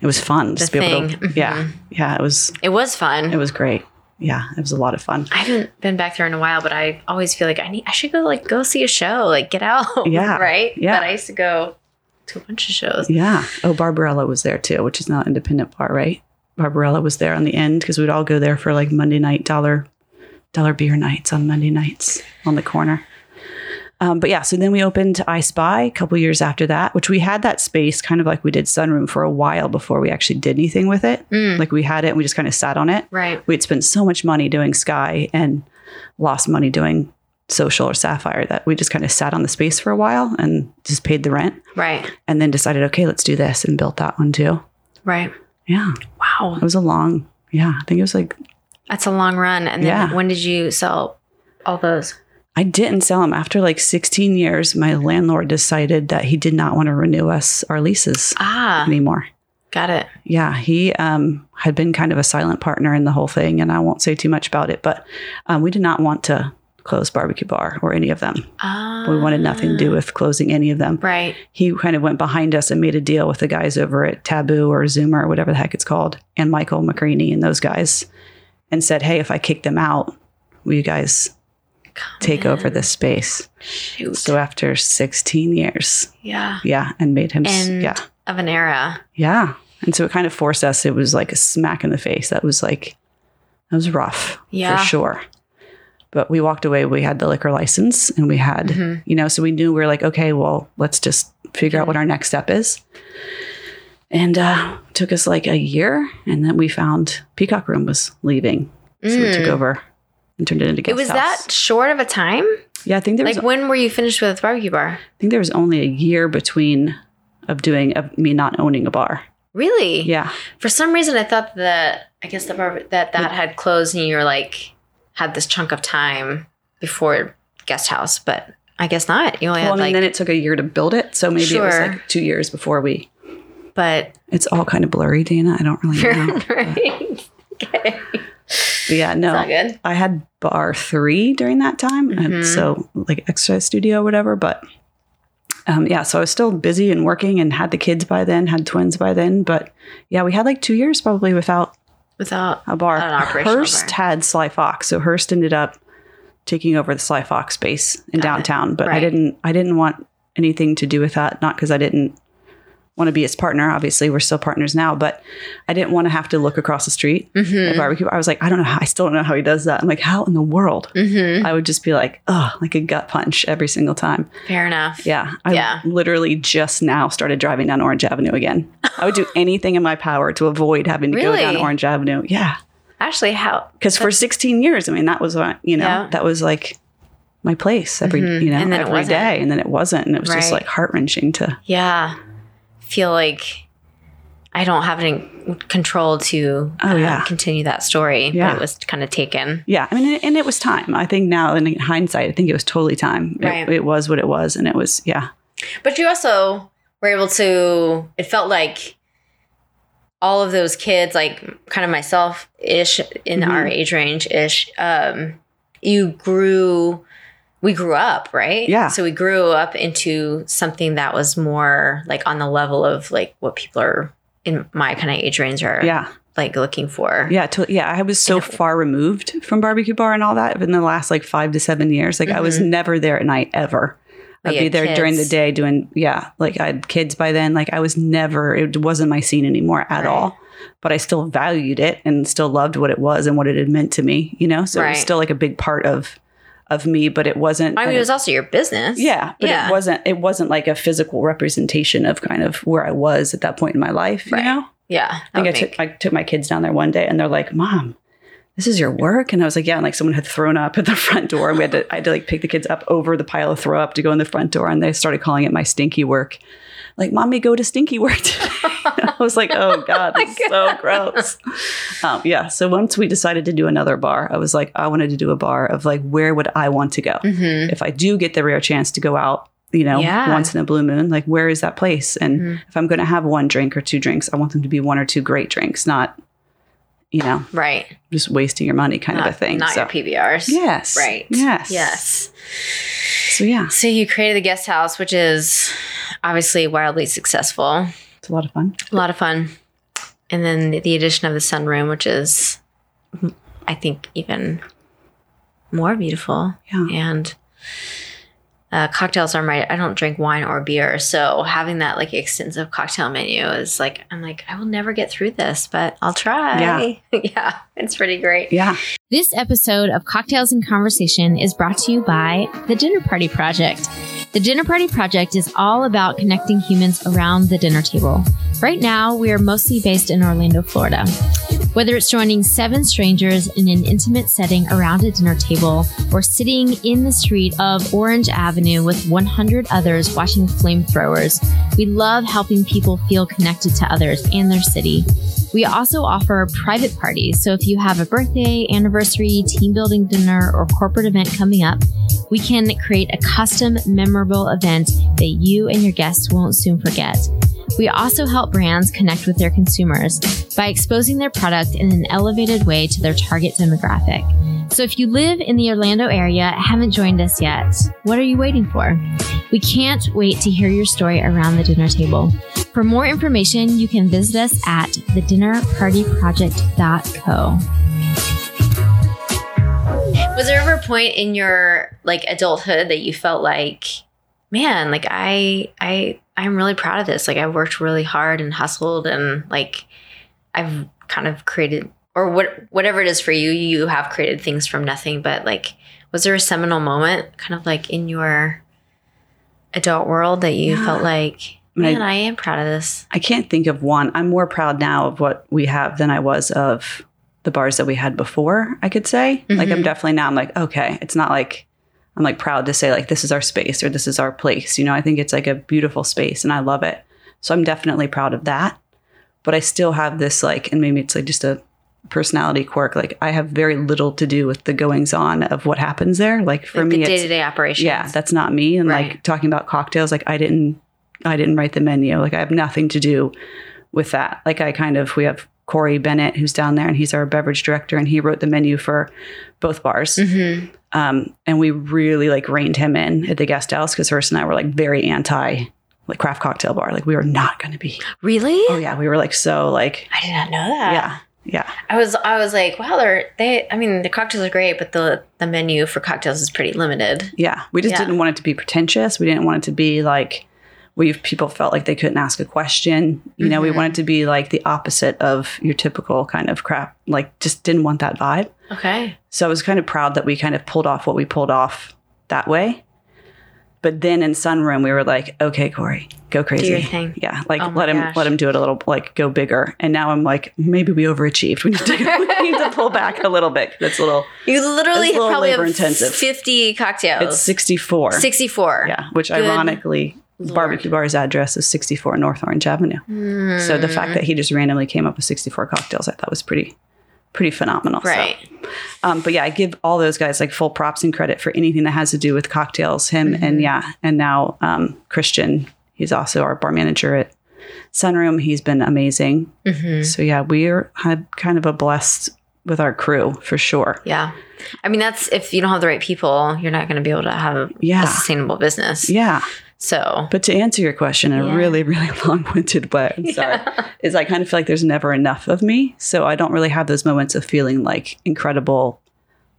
Speaker 3: it was fun just to be able to
Speaker 2: thing.
Speaker 3: Yeah.
Speaker 2: Mhm.
Speaker 3: Yeah, it was
Speaker 2: It was fun.
Speaker 3: it was great. Yeah, it was a lot of fun.
Speaker 2: I haven't been back there in a while, but I always feel like I need I should go like go see a show, like get out.
Speaker 3: Yeah.
Speaker 2: [LAUGHS] Right?
Speaker 3: Yeah.
Speaker 2: But I used to go to a bunch of shows.
Speaker 3: Yeah. Oh, Barbarella was there too, which is not independent bar, right? Barbarella was there on the end because we'd all go there for like Monday night dollar dollar beer nights on Monday nights on the corner. Um, but yeah, so then we opened I Spy a couple years after that, which we had that space kind of like we did Sunroom for a while before we actually did anything with it.
Speaker 2: Mm,
Speaker 3: Like we had it and we just kind of sat on it.
Speaker 2: right.
Speaker 3: We had spent so much money doing Sky and lost money doing Social or Sapphire that we just kind of sat on the space for a while and just paid the rent
Speaker 2: Right.
Speaker 3: and then decided, okay, let's do this and built that one too.
Speaker 2: Right.
Speaker 3: Yeah.
Speaker 2: Wow.
Speaker 3: It was a long, yeah, I think it was like,
Speaker 2: That's a long run. And then
Speaker 3: Yeah.
Speaker 2: when did you sell all those?
Speaker 3: I didn't sell them. After like 16 years, my landlord decided that he did not want to renew us our leases
Speaker 2: Ah,
Speaker 3: anymore.
Speaker 2: got it.
Speaker 3: Yeah. He um, had been kind of a silent partner in the whole thing. And I won't say too much about it, but um, we did not want to close Barbecue Bar or any of them.
Speaker 2: Ah,
Speaker 3: We wanted nothing to do with closing any of them.
Speaker 2: Right.
Speaker 3: he kind of went behind us and made a deal with the guys over at Taboo or Zoomer or whatever the heck it's called, and Michael McCraney and those guys, and said, "Hey, if I kick them out, will you guys
Speaker 2: Come
Speaker 3: take over
Speaker 2: in.
Speaker 3: this space?"
Speaker 2: Shoot.
Speaker 3: So after 16 years,
Speaker 2: yeah.
Speaker 3: yeah, and made him, s-
Speaker 2: And-
Speaker 3: yeah,
Speaker 2: Of an era.
Speaker 3: yeah, and so it kind of forced us. It was like a smack in the face. That was like, that was rough
Speaker 2: Yeah.
Speaker 3: for sure. But we walked away. We had the liquor license, and we had
Speaker 2: Mhm.
Speaker 3: you know so we knew we were like okay well let's just figure out what our next step is and uh took us like a year and then we found peacock room was leaving so we took
Speaker 2: Mm.
Speaker 3: over and turned it into guest
Speaker 2: It was
Speaker 3: house.
Speaker 2: that short of a time?
Speaker 3: yeah i think there was
Speaker 2: Like when were you finished with barbecue bar?
Speaker 3: i think there was only a year between of doing of me not owning a bar
Speaker 2: Really?
Speaker 3: yeah
Speaker 2: For some reason, I thought that I guess the bar that
Speaker 3: Mm.
Speaker 2: that had closed, and you were like had this chunk of time before guest house, but I guess not. You only had
Speaker 3: well I mean,
Speaker 2: like,
Speaker 3: then it took a year to build it so maybe it was
Speaker 2: Sure.
Speaker 3: like two years before we
Speaker 2: but
Speaker 3: it's all kind of blurry dana i
Speaker 2: [LAUGHS]
Speaker 3: don't really know
Speaker 2: right. okay,
Speaker 3: But yeah Mm-hmm. no
Speaker 2: it's not good.
Speaker 3: I had bar three during that time. And
Speaker 2: Mhm.
Speaker 3: so like exercise studio, or whatever. But um, yeah, so I was still busy and working and had the kids by then, had twins by then. But yeah, we had like two years probably without
Speaker 2: Without
Speaker 3: a bar.
Speaker 2: An operational
Speaker 3: Hearst
Speaker 2: bar.
Speaker 3: had Sly Fox. So Hearst ended up taking over the Sly Fox space in
Speaker 2: Got it.
Speaker 3: downtown. But I
Speaker 2: Right.
Speaker 3: didn't I didn't want anything to do with that. Not because I didn't want to be his partner. Obviously, we're still partners now, but I didn't want to have to look across the street
Speaker 2: Mm.
Speaker 3: at barbecue. I was like, I don't know. How, I still don't know how he does that. I'm like, how in the world?
Speaker 2: Mm-hmm.
Speaker 3: I would just be like, oh, like a gut punch every single time.
Speaker 2: Fair enough.
Speaker 3: Yeah. I
Speaker 2: Yeah.
Speaker 3: literally just now started driving down Orange Avenue again.
Speaker 2: [LAUGHS]
Speaker 3: I would do anything in my power to avoid having to go down
Speaker 2: Really?
Speaker 3: Orange Avenue. Yeah.
Speaker 2: Actually, how?
Speaker 3: Because for 16 years, I mean, that was what, you know,
Speaker 2: Yeah. Mm-hmm.
Speaker 3: that was like my place every, you know,
Speaker 2: And then it
Speaker 3: every
Speaker 2: wasn't.
Speaker 3: day. And then it wasn't. And it was just
Speaker 2: Right.
Speaker 3: like heart wrenching to,
Speaker 2: Yeah. Feel like I don't have any control to
Speaker 3: Oh,
Speaker 2: uh,
Speaker 3: yeah.
Speaker 2: continue that story.
Speaker 3: Yeah.
Speaker 2: But it was kind of taken.
Speaker 3: yeah. I mean, and it was time. I think now in hindsight, I think it was totally time. It-
Speaker 2: Right.
Speaker 3: It, was what it was. And it was, yeah.
Speaker 2: But you also were able to, it felt like all of those kids, like kind of myself ish in
Speaker 3: Mhm.
Speaker 2: our age range ish, um, you grew, we grew up, right?
Speaker 3: Yeah.
Speaker 2: So we grew up into something that was more like on the level of like what people are in my kind of age range are
Speaker 3: Yeah.
Speaker 2: like looking for.
Speaker 3: Yeah, to, yeah. I was so far removed from barbecue bar and all that in the last like five to seven years. Like I was never there at night ever.
Speaker 2: Oh,
Speaker 3: I'd
Speaker 2: Mm-hmm. you
Speaker 3: be
Speaker 2: had
Speaker 3: there during the
Speaker 2: kids.
Speaker 3: day doing yeah. Like I had kids by then. Like I was never. It wasn't my scene anymore at
Speaker 2: Right.
Speaker 3: all. But I still valued it and still loved what it was and what it had meant to me. You know, so it
Speaker 2: Right.
Speaker 3: was still like a big part of of me. But it wasn't.
Speaker 2: I mean,
Speaker 3: and
Speaker 2: it was also your business.
Speaker 3: yeah, but
Speaker 2: yeah.
Speaker 3: it wasn't. It wasn't like a physical representation of kind of where I was at that point in my life.
Speaker 2: Right.
Speaker 3: You know.
Speaker 2: Yeah.
Speaker 3: I
Speaker 2: that
Speaker 3: think I
Speaker 2: would
Speaker 3: took,
Speaker 2: make-
Speaker 3: I took my kids down there one day and they're like, Mom, this is your work? And I was like, Yeah. And like someone had thrown up at the [LAUGHS] front door and we had to, I had to like pick the kids up over the pile of throw up to go in the front door. And they started calling it my stinky work. Like, Mommy, go to stinky work. today." [LAUGHS] I was like, Oh God, that's
Speaker 2: [LAUGHS]
Speaker 3: so gross. Um, yeah. So once we decided to do another bar, I was like, I wanted to do a bar of like, where would I want to go?
Speaker 2: Mhm.
Speaker 3: if I do get the rare chance to go out, you know,
Speaker 2: Yeah.
Speaker 3: once in a blue moon, like where is that place? And
Speaker 2: Mhm.
Speaker 3: if I'm going to have one drink or two drinks, I want them to be one or two great drinks, not, you know,
Speaker 2: Right.
Speaker 3: just wasting your money kind
Speaker 2: not,
Speaker 3: of a thing.
Speaker 2: Not
Speaker 3: so,
Speaker 2: your PBRs.
Speaker 3: yes,
Speaker 2: Right.
Speaker 3: yes,
Speaker 2: Yes.
Speaker 3: So yeah,
Speaker 2: So you created the guest house, which is obviously wildly successful. A
Speaker 3: it's a lot of fun.
Speaker 2: lot of fun. And then the addition of the sunroom, which is, I think, even more beautiful.
Speaker 3: Yeah.
Speaker 2: And uh, cocktails are my, I don't drink wine or beer. So having that like extensive cocktail menu is like, I'm like, I will never get through this, but I'll try. Yeah. [LAUGHS] yeah. It's pretty great.
Speaker 3: Yeah,
Speaker 1: This episode of Cocktails and Conversation is brought to you by The Dinner Party Project. The Dinner Party Project is all about connecting humans around the dinner table. Right now, we are mostly based in Orlando, Florida. Whether it's joining seven strangers in an intimate setting around a dinner table or sitting in the street of Orange Avenue with 100 others watching flamethrowers, we love helping people feel connected to others and their city. We also offer private parties. So if you have a birthday, anniversary, team building dinner, or corporate event coming up, we can create a custom memorable event that you and your guests won't soon forget. We also help brands connect with their consumers by exposing their product in an elevated way to their target demographic. So if you live in the Orlando area, haven't joined us yet, what are you waiting for? We can't wait to hear your story around the dinner table. For more information, you can visit us at thedinnerpartyproject.co.
Speaker 2: Was there ever a point in your like adulthood that you felt like, man, like I I I'm really proud of this. Like I worked really hard and hustled and like I've kind of created or what whatever it is for you, you have created things from nothing, but like was there a seminal moment kind of like in your adult world that you
Speaker 3: Yeah.
Speaker 2: felt like,
Speaker 3: I-
Speaker 2: man, I am proud of this.
Speaker 3: I can't think of one. I'm more proud now of what we have than I was of the bars that we had before, I could say. Like I'm
Speaker 2: Mhm.
Speaker 3: definitely now I'm like, okay, it's not like I'm like proud to say like this is our space or this is our place. You know, I think it's like a beautiful space and I love it. So I'm definitely proud of that. But I still have this like and maybe it's like just a personality quirk like I have very little to do with the goings on of what happens there. Like for
Speaker 2: Like,
Speaker 3: me
Speaker 2: the
Speaker 3: it's
Speaker 2: day to day operations.
Speaker 3: yeah, that's not me. And
Speaker 2: Right.
Speaker 3: like talking about cocktails, like I didn't, I didn't write the menu. Like I have nothing to do with that. Like I kind of, we have Corey Bennett who's down there and he's our beverage director and he wrote the menu for both bars.
Speaker 2: Mhm.
Speaker 3: Um, and we really like reined him in at the guest house because Hearst and I were like very anti like craft cocktail bar. Like we were not going to be.
Speaker 2: Really?
Speaker 3: Oh yeah. We were like, so like,
Speaker 2: I did not know that.
Speaker 3: yeah. Yeah.
Speaker 2: I was I was like, wow, they're they I mean the cocktails are great, but the the menu for cocktails is pretty limited.
Speaker 3: Yeah. We just
Speaker 2: Yeah.
Speaker 3: didn't want it to be pretentious. We didn't want it to be like we people felt like they couldn't ask a question. You know, we
Speaker 2: Mhm.
Speaker 3: wanted to be like the opposite of your typical kind of crap. Like just didn't want that vibe.
Speaker 2: Okay.
Speaker 3: So I was kind of proud that we kind of pulled off what we pulled off that way. But then in Sunroom, we were like, okay, Corey, go crazy.
Speaker 2: your thing.
Speaker 3: Yeah. Like
Speaker 2: Oh my
Speaker 3: let him
Speaker 2: gosh.
Speaker 3: let him do it a little like go bigger. And now I'm like, maybe we overachieved. We need to [LAUGHS] we need to pull back a little bit. That's a little
Speaker 2: You literally
Speaker 3: It's a little
Speaker 2: probably have
Speaker 3: labor-intensive.
Speaker 2: fifty cocktails.
Speaker 3: it's sixty four.
Speaker 2: Sixty four.
Speaker 3: Yeah. Which
Speaker 2: Good
Speaker 3: ironically
Speaker 2: Lord.
Speaker 3: Barbecue Bar's address is 64 North Orange Avenue. So the fact that he just randomly came up with 64 cocktails, I thought was pretty, pretty phenomenal. So,
Speaker 2: Right.
Speaker 3: Um, but yeah, I give all those guys like full props and credit for anything that has to do with cocktails. Him
Speaker 2: Mm-hmm.
Speaker 3: and yeah, and now um, Christian, he's also our bar manager at Sunroom. He's been amazing.
Speaker 2: hmm
Speaker 3: So yeah, we're had kind of a blessed with our crew for sure.
Speaker 2: Yeah. I mean that's if you don't have the right people, you're not gonna be able to have a
Speaker 3: Yeah.
Speaker 2: sustainable business.
Speaker 3: Yeah.
Speaker 2: So
Speaker 3: But to answer your question in
Speaker 2: Yeah.
Speaker 3: a really, [LAUGHS] really long winded way, I'm sorry, is I kind of feel like there's never enough of me. So I don't really have those moments of feeling like incredible,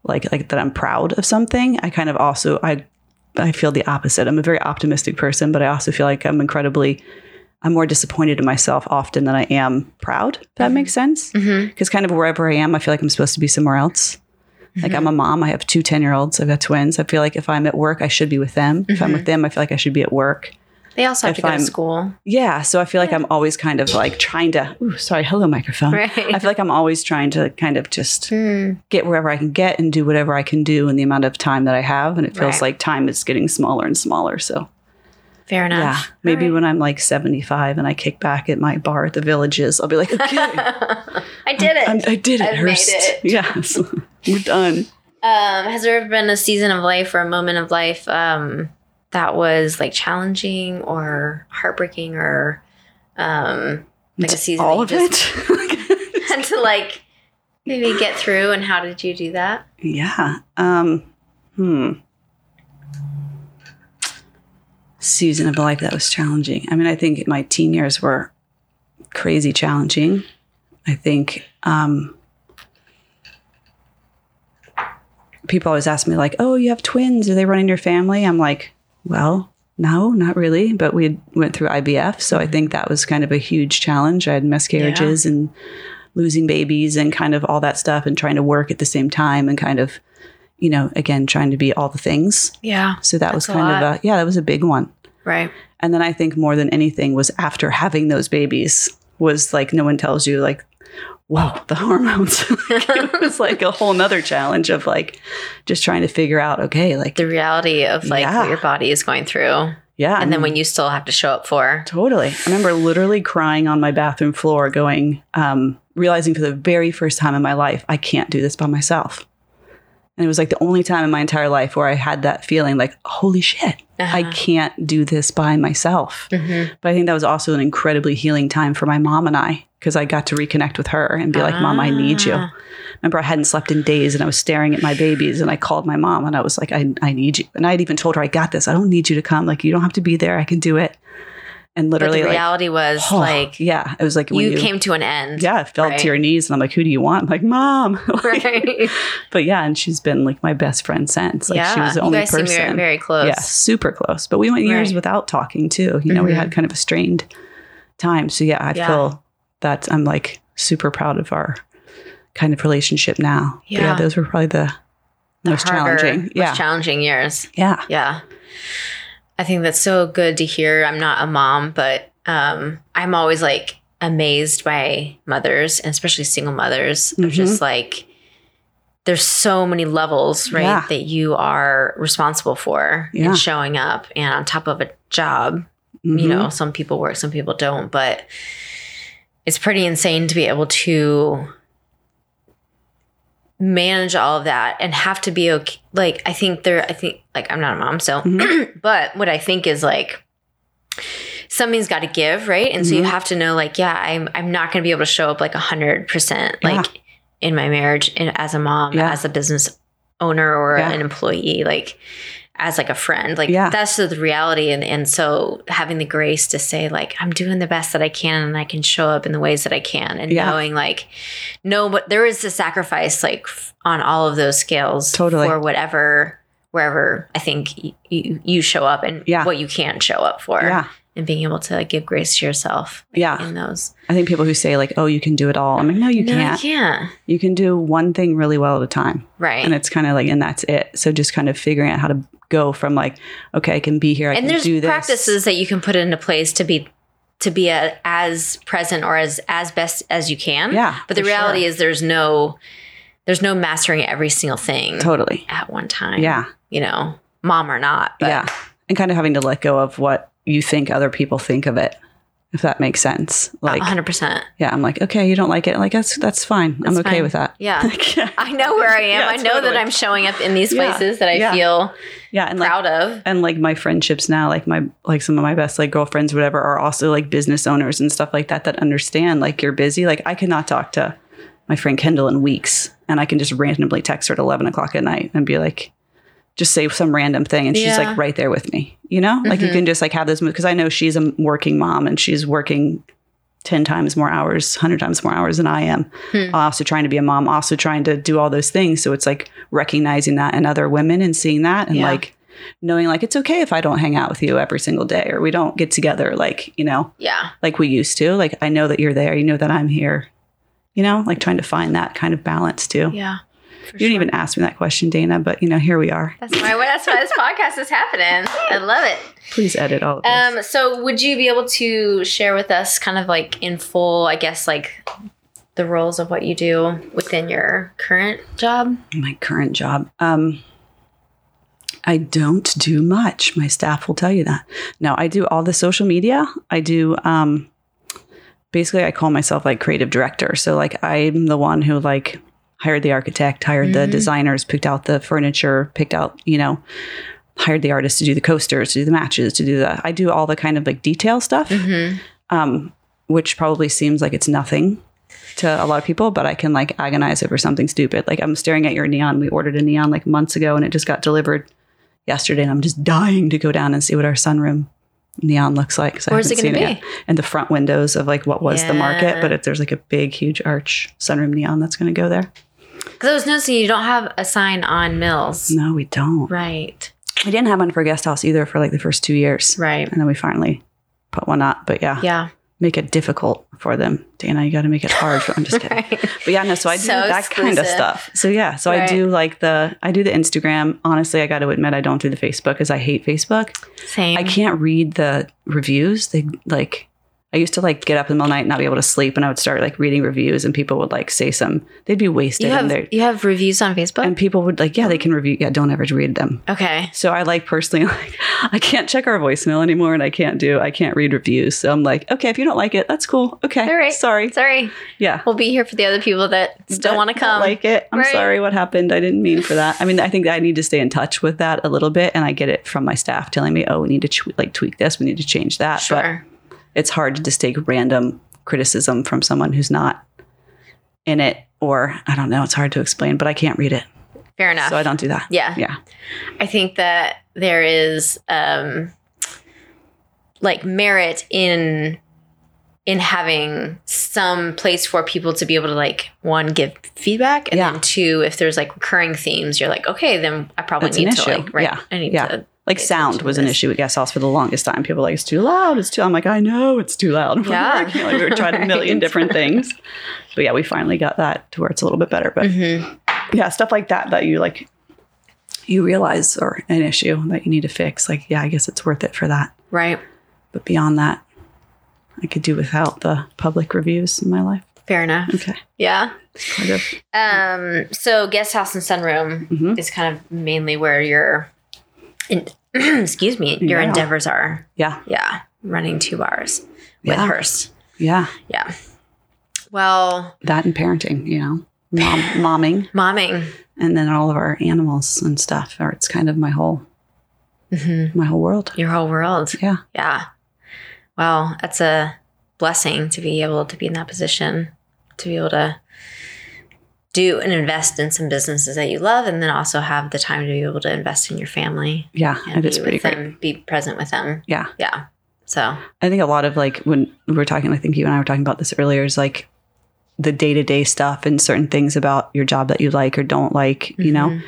Speaker 3: like like that I'm proud of something. I kind of also I I feel the opposite. I'm a very optimistic person, but I also feel like I'm incredibly I'm more disappointed in myself often than I am proud. If that makes sense.
Speaker 2: Mhm.
Speaker 3: Because kind of wherever I am, I feel like I'm supposed to be somewhere else. Like I'm a mom. I have two 10 year olds. I've got twins. I feel like if I'm at work, I should be with them. If I'm with them, I feel like I should be at work.
Speaker 2: they also have to
Speaker 3: If
Speaker 2: go
Speaker 3: I'm-
Speaker 2: to school.
Speaker 3: Yeah. So I feel like I'm always kind of like trying to, ooh, sorry, hello, microphone.
Speaker 2: Right.
Speaker 3: I feel like I'm always trying to kind of just
Speaker 2: Hmm.
Speaker 3: get wherever I can get and do whatever I can do in the amount of time that I have. And it feels
Speaker 2: Right.
Speaker 3: like time is getting smaller and smaller. So
Speaker 2: Fair enough.
Speaker 3: yeah, maybe when I'm like 75 and I kick back at my bar at the villages, I'll be like,
Speaker 2: [LAUGHS]
Speaker 3: okay, I
Speaker 2: I did it.
Speaker 3: I'm, I did it,
Speaker 2: I've made
Speaker 3: Hurst.
Speaker 2: it.
Speaker 3: [LAUGHS] Yes. We're done.
Speaker 2: Um, has there ever been a season of life or a moment of life um, that was like challenging or heartbreaking or um, like a season
Speaker 3: All
Speaker 2: that
Speaker 3: of
Speaker 2: you just [LAUGHS]
Speaker 3: it. [LAUGHS]
Speaker 2: had to like maybe get through? And how did you do that?
Speaker 3: Yeah. Um, hmm. Season of life that was challenging. I mean, I think my teen years were crazy challenging. I think um, people always ask me, like, "Oh, you have twins? Are they running your family?" I'm like, "Well, no, not really." But we had- went through IVF, so I think that was kind of a huge challenge. I had miscarriages and losing babies and kind of all that stuff and trying to work at the same time and kind of you know again trying to be all the things
Speaker 2: Yeah.
Speaker 3: so that was
Speaker 2: That's a
Speaker 3: kind
Speaker 2: lot.
Speaker 3: of a yeah that was a big one
Speaker 2: Right.
Speaker 3: and then i think more than anything was after having those babies was like no one tells you like whoa the hormones [LAUGHS] it was like a whole nother challenge of like just trying to figure out okay like
Speaker 2: The reality of like what
Speaker 3: Yeah. Um,
Speaker 2: your body is going through, and
Speaker 3: yeah I
Speaker 2: then
Speaker 3: mean,
Speaker 2: when you still have to show up for.
Speaker 3: Totally. I remember literally crying on my bathroom floor, going, um, realizing for the very first time in my life, I can't do this by myself. And it was like the only time in my entire life where I had that feeling like, holy shit, I can't do this by myself.
Speaker 2: Mhm.
Speaker 3: But I think that was also an incredibly healing time for my mom and I, because I got to reconnect with her and be like, Mom, I need you.
Speaker 2: Ah.
Speaker 3: Remember, I hadn't slept in days and I was staring at my babies and I called my mom and I was like, I, I need you. And I had even told her, I got this. I don't need you to come. Like, you don't have to be there. I can do it. And
Speaker 2: But
Speaker 3: literally,
Speaker 2: the
Speaker 3: like,
Speaker 2: reality
Speaker 3: [SIGHS]
Speaker 2: was
Speaker 3: Oh,
Speaker 2: like you,
Speaker 3: yeah it was like when you,
Speaker 2: came to an end.
Speaker 3: yeah I fell
Speaker 2: right?
Speaker 3: to your knees and i'm like who do you want I'm like mom [LAUGHS]
Speaker 2: [LAUGHS]
Speaker 3: Like,
Speaker 2: Right.
Speaker 3: but yeah and she's been like my best friend since like
Speaker 2: yeah.
Speaker 3: she was the
Speaker 2: you
Speaker 3: only
Speaker 2: guys seem
Speaker 3: person
Speaker 2: very, very close.
Speaker 3: yeah super close but we went years
Speaker 2: Right.
Speaker 3: without talking too you know we
Speaker 2: Mhm.
Speaker 3: had kind of a strained time so yeah i
Speaker 2: Yeah.
Speaker 3: feel that i'm like super proud of our kind of relationship now But
Speaker 2: Yeah.
Speaker 3: yeah those were probably the,
Speaker 2: the
Speaker 3: most
Speaker 2: harder,
Speaker 3: challenging
Speaker 2: most
Speaker 3: yeah
Speaker 2: challenging years.
Speaker 3: yeah
Speaker 2: Yeah. I think that's so good to hear. I'm not a mom, but um, I'm always like amazed by mothers, and especially single mothers, of
Speaker 3: Mhm.
Speaker 2: just like there's so many levels, right,
Speaker 3: Yeah.
Speaker 2: that you are responsible for
Speaker 3: Yeah.
Speaker 2: and showing up, and on top of a job, you
Speaker 3: Mhm.
Speaker 2: know, some people work, some people don't, but it's pretty insane to be able to manage all of that and have to be okay. Like, I think there, I think, like, I'm not a mom, so,
Speaker 3: Mm-hmm.
Speaker 2: [CLEARS THROAT] but what I think is like, something's got to give, right? And so you
Speaker 3: Mhm.
Speaker 2: have to know, like, yeah, I'm, I'm not going to be able to show up like 100%, like, in my marriage and as a mom,
Speaker 3: Yeah.
Speaker 2: as a business owner or
Speaker 3: Yeah.
Speaker 2: an employee, like, as like a friend. Like
Speaker 3: Yeah.
Speaker 2: that's the reality. And and so having the grace to say, like, I'm doing the best that I can and I can show up in the ways that I can. And
Speaker 3: Yeah.
Speaker 2: knowing like no, but there is a sacrifice like f- on all of those scales
Speaker 3: Totally.
Speaker 2: for whatever wherever I think y- you you show up and
Speaker 3: Yeah.
Speaker 2: what you can show up for.
Speaker 3: Yeah.
Speaker 2: And being able to like, give grace to yourself
Speaker 3: Yeah.
Speaker 2: in those.
Speaker 3: I think people who say, like, oh, you can do it all. I'm like, no, you
Speaker 2: no,
Speaker 3: can't.
Speaker 2: you can't.
Speaker 3: You can do one thing really well at a time.
Speaker 2: Right.
Speaker 3: And it's kind of like, and that's it. So just kind of figuring out how to go from like, okay, I can be here, I
Speaker 2: and
Speaker 3: can
Speaker 2: there's
Speaker 3: do this.
Speaker 2: practices that you can put into place to be to be a, as present or as as best as you can
Speaker 3: Yeah,
Speaker 2: but the
Speaker 3: for sure.
Speaker 2: reality is there's no there's no mastering every single thing
Speaker 3: Totally.
Speaker 2: at one time
Speaker 3: Yeah.
Speaker 2: you know mom or not but
Speaker 3: Yeah. And kind of having to let go of what you think other people think of it, if that makes sense. Like,
Speaker 2: 100%
Speaker 3: yeah, I'm like, okay, you don't like it. Like, that's, that's fine.
Speaker 2: It's
Speaker 3: I'm okay
Speaker 2: fine.
Speaker 3: with that. [LAUGHS]
Speaker 2: yeah i know where i am
Speaker 3: Yeah,
Speaker 2: i know
Speaker 3: totally.
Speaker 2: that i'm showing up in these
Speaker 3: Yeah,
Speaker 2: places that i
Speaker 3: yeah.
Speaker 2: feel
Speaker 3: Yeah. And like,
Speaker 2: proud of
Speaker 3: and like my friendships now like my like some of my best like girlfriends whatever are also like business owners and stuff like that that understand like you're busy like i cannot talk to my friend kendall in weeks and i can just randomly text her at 11 o'clock at night and be like just say some random thing and she's
Speaker 2: Yeah.
Speaker 3: like right there with me you know like you
Speaker 2: Mhm.
Speaker 3: can just like have this because i know she's a working mom and she's working 10 times more hours 100 times more hours than i am
Speaker 2: Hmm.
Speaker 3: also trying to be a mom also trying to do all those things so it's like recognizing that in other women and seeing that and
Speaker 2: Yeah.
Speaker 3: like knowing like it's okay if i don't hang out with you every single day or we don't get together like you know
Speaker 2: yeah
Speaker 3: like we used to like i know that you're there you know that i'm here you know like trying to find that kind of balance too
Speaker 2: yeah
Speaker 3: you didn't even ask me that question dana but you know here we are
Speaker 2: that's why that's why this podcast is happening i love it
Speaker 3: please edit all of this
Speaker 2: Um, so would you be able to share with us kind of like in full, I guess, like the roles of what you do within your current job?
Speaker 3: my current job um i don't do much my staff will tell you that no i do all the social media i do um basically i call myself like creative director so like i'm the one who like hired the architect hired the
Speaker 2: Mhm.
Speaker 3: designers picked out the furniture picked out you know hired the artist to do the coasters to do the matches to do the i do all the kind of like detail stuff
Speaker 2: Mm-hmm.
Speaker 3: um, which probably seems like it's nothing to a lot of people, but I can like agonize over something stupid. Like I'm staring at your neon. We ordered a neon like months ago and it just got delivered yesterday. And I'm just dying to go down and see what our sunroom neon looks like. 'cause I
Speaker 2: Where's it going
Speaker 3: haven't
Speaker 2: to
Speaker 3: seen
Speaker 2: be?
Speaker 3: yet. And the front windows of like what was the
Speaker 2: Yeah.
Speaker 3: market, but if there's like a big, huge arch sunroom neon that's going to go there.
Speaker 2: Because I was noticing you don't have a sign on Mills.
Speaker 3: No, we don't.
Speaker 2: Right.
Speaker 3: We didn't have one for guest house either for like the first two years.
Speaker 2: Right.
Speaker 3: [LAUGHS] And then we finally put one up, but yeah,
Speaker 2: Yeah.
Speaker 3: make it difficult for them. Dana, you got to make it hard. For, I'm just kidding.
Speaker 2: [LAUGHS] Right.
Speaker 3: But yeah, no, so I do
Speaker 2: So
Speaker 3: that kind
Speaker 2: exclusive.
Speaker 3: of stuff. So yeah, so
Speaker 2: Right.
Speaker 3: I do like the I do the Instagram. Honestly, I got to admit I don't do the Facebook cuz I hate Facebook.
Speaker 2: Same.
Speaker 3: I can't read the reviews. They like I used to like get up in the middle of the night and not be able to sleep and I would start like reading reviews and people would like say some they'd be wasted
Speaker 2: You
Speaker 3: and
Speaker 2: have Oh.
Speaker 3: they
Speaker 2: you have reviews on Facebook.
Speaker 3: and people would like yeah, they can review yeah, don't ever read them.
Speaker 2: okay.
Speaker 3: So I like personally [LAUGHS] like I can't check our voicemail anymore and I can't do I can't read reviews. So I'm like, okay, if you don't like it, that's cool. Okay.
Speaker 2: All right.
Speaker 3: Sorry.
Speaker 2: Sorry.
Speaker 3: Yeah
Speaker 2: We'll be here for the other people that still
Speaker 3: that-
Speaker 2: want to
Speaker 3: that
Speaker 2: come.
Speaker 3: like it i'm
Speaker 2: Right.
Speaker 3: sorry what happened i didn't mean for that i mean i think that i need to stay in touch with that a little bit and i get it from my staff telling me oh we need to ch- like tweak this we need to change that
Speaker 2: sure.
Speaker 3: but it's hard to just take random criticism from someone who's not in it or i don't know it's hard to explain but i can't read it
Speaker 2: Fair enough.
Speaker 3: so i don't do that
Speaker 2: yeah.
Speaker 3: yeah
Speaker 2: I think that there is um like merit in in having some place for people to be able to like one give feedback and
Speaker 3: Yeah.
Speaker 2: then two if there's like recurring themes you're like okay then I probably
Speaker 3: That's an
Speaker 2: need to
Speaker 3: issue.
Speaker 2: like right
Speaker 3: Yeah.
Speaker 2: I need
Speaker 3: Yeah.
Speaker 2: to
Speaker 3: like
Speaker 2: Pay
Speaker 3: sound
Speaker 2: attention
Speaker 3: was
Speaker 2: to
Speaker 3: an
Speaker 2: this.
Speaker 3: issue at guest house for the longest time people were like it's too loud it's too i'm like i know it's too loud [LAUGHS]
Speaker 2: Yeah.
Speaker 3: You know, like, we were trying
Speaker 2: [LAUGHS]
Speaker 3: a million
Speaker 2: Right.
Speaker 3: different things but yeah we finally got that to where it's a little bit better but
Speaker 2: Mhm.
Speaker 3: yeah, stuff like that that you like you realize are an issue that you need to fix. Like, yeah, I guess it's worth it for that.
Speaker 2: right
Speaker 3: But beyond that, I could do without the public reviews in my life.
Speaker 2: fair enough
Speaker 3: Okay.
Speaker 2: yeah
Speaker 3: Kind of.
Speaker 2: um so guest house and sunroom
Speaker 3: Mhm.
Speaker 2: is kind of mainly where your in, [CLEARS THROAT] excuse me your
Speaker 3: Yeah.
Speaker 2: endeavors are
Speaker 3: Yeah.
Speaker 2: yeah running two bars with
Speaker 3: Yeah.
Speaker 2: Hearst
Speaker 3: Yeah.
Speaker 2: yeah well
Speaker 3: That and parenting, you know. Mom, momming
Speaker 2: momming.
Speaker 3: and then all of our animals and stuff or it's kind of my whole my whole world
Speaker 2: Mm-hmm. Your whole world.
Speaker 3: yeah
Speaker 2: Yeah. Wow. That's a blessing to be able to be in that position, to be able to do and invest in some businesses that you love, and then also have the time to be able to invest in your family
Speaker 3: Yeah,
Speaker 2: and
Speaker 3: it is
Speaker 2: be
Speaker 3: pretty
Speaker 2: with
Speaker 3: great.
Speaker 2: them, be present with them.
Speaker 3: Yeah.
Speaker 2: Yeah. So
Speaker 3: I think a lot of like when we were talking, I think you and I were talking about this earlier, is like the day to day stuff and certain things about your job that you like or don't like, you know?
Speaker 2: mhm.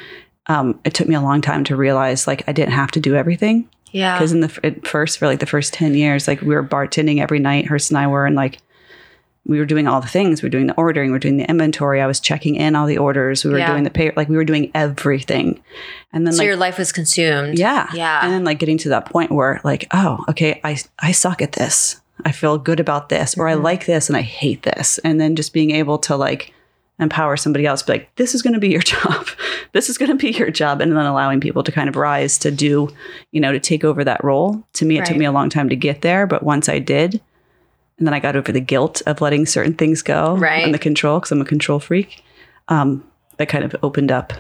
Speaker 3: Um, it took me a long time to realize like I didn't have to do everything.
Speaker 2: Yeah.
Speaker 3: Because in the f- at first, for like the first 10 years, like we were bartending every night, Hearst and I were, and like we were doing all the things. We were doing the ordering, we were doing the inventory. I was checking in all the orders. We were
Speaker 2: Yeah.
Speaker 3: doing the pay, like we were doing everything. And then
Speaker 2: So
Speaker 3: like,
Speaker 2: your life was consumed.
Speaker 3: yeah.
Speaker 2: Yeah.
Speaker 3: And then like getting to that point where like, oh, okay, I I suck at this. I feel good about this or I
Speaker 2: Mhm.
Speaker 3: like this and I hate this. And then just being able to like empower somebody else be like this is going to be your [LAUGHS] job. this is going to be your job and then allowing people to kind of rise to do, you know, to take over that role. To me it took
Speaker 2: Right.
Speaker 3: me a long time to get there, but once I did and then I got over the guilt of letting certain things go
Speaker 2: Right.
Speaker 3: and the control cuz I'm a control freak. Um that kind of opened up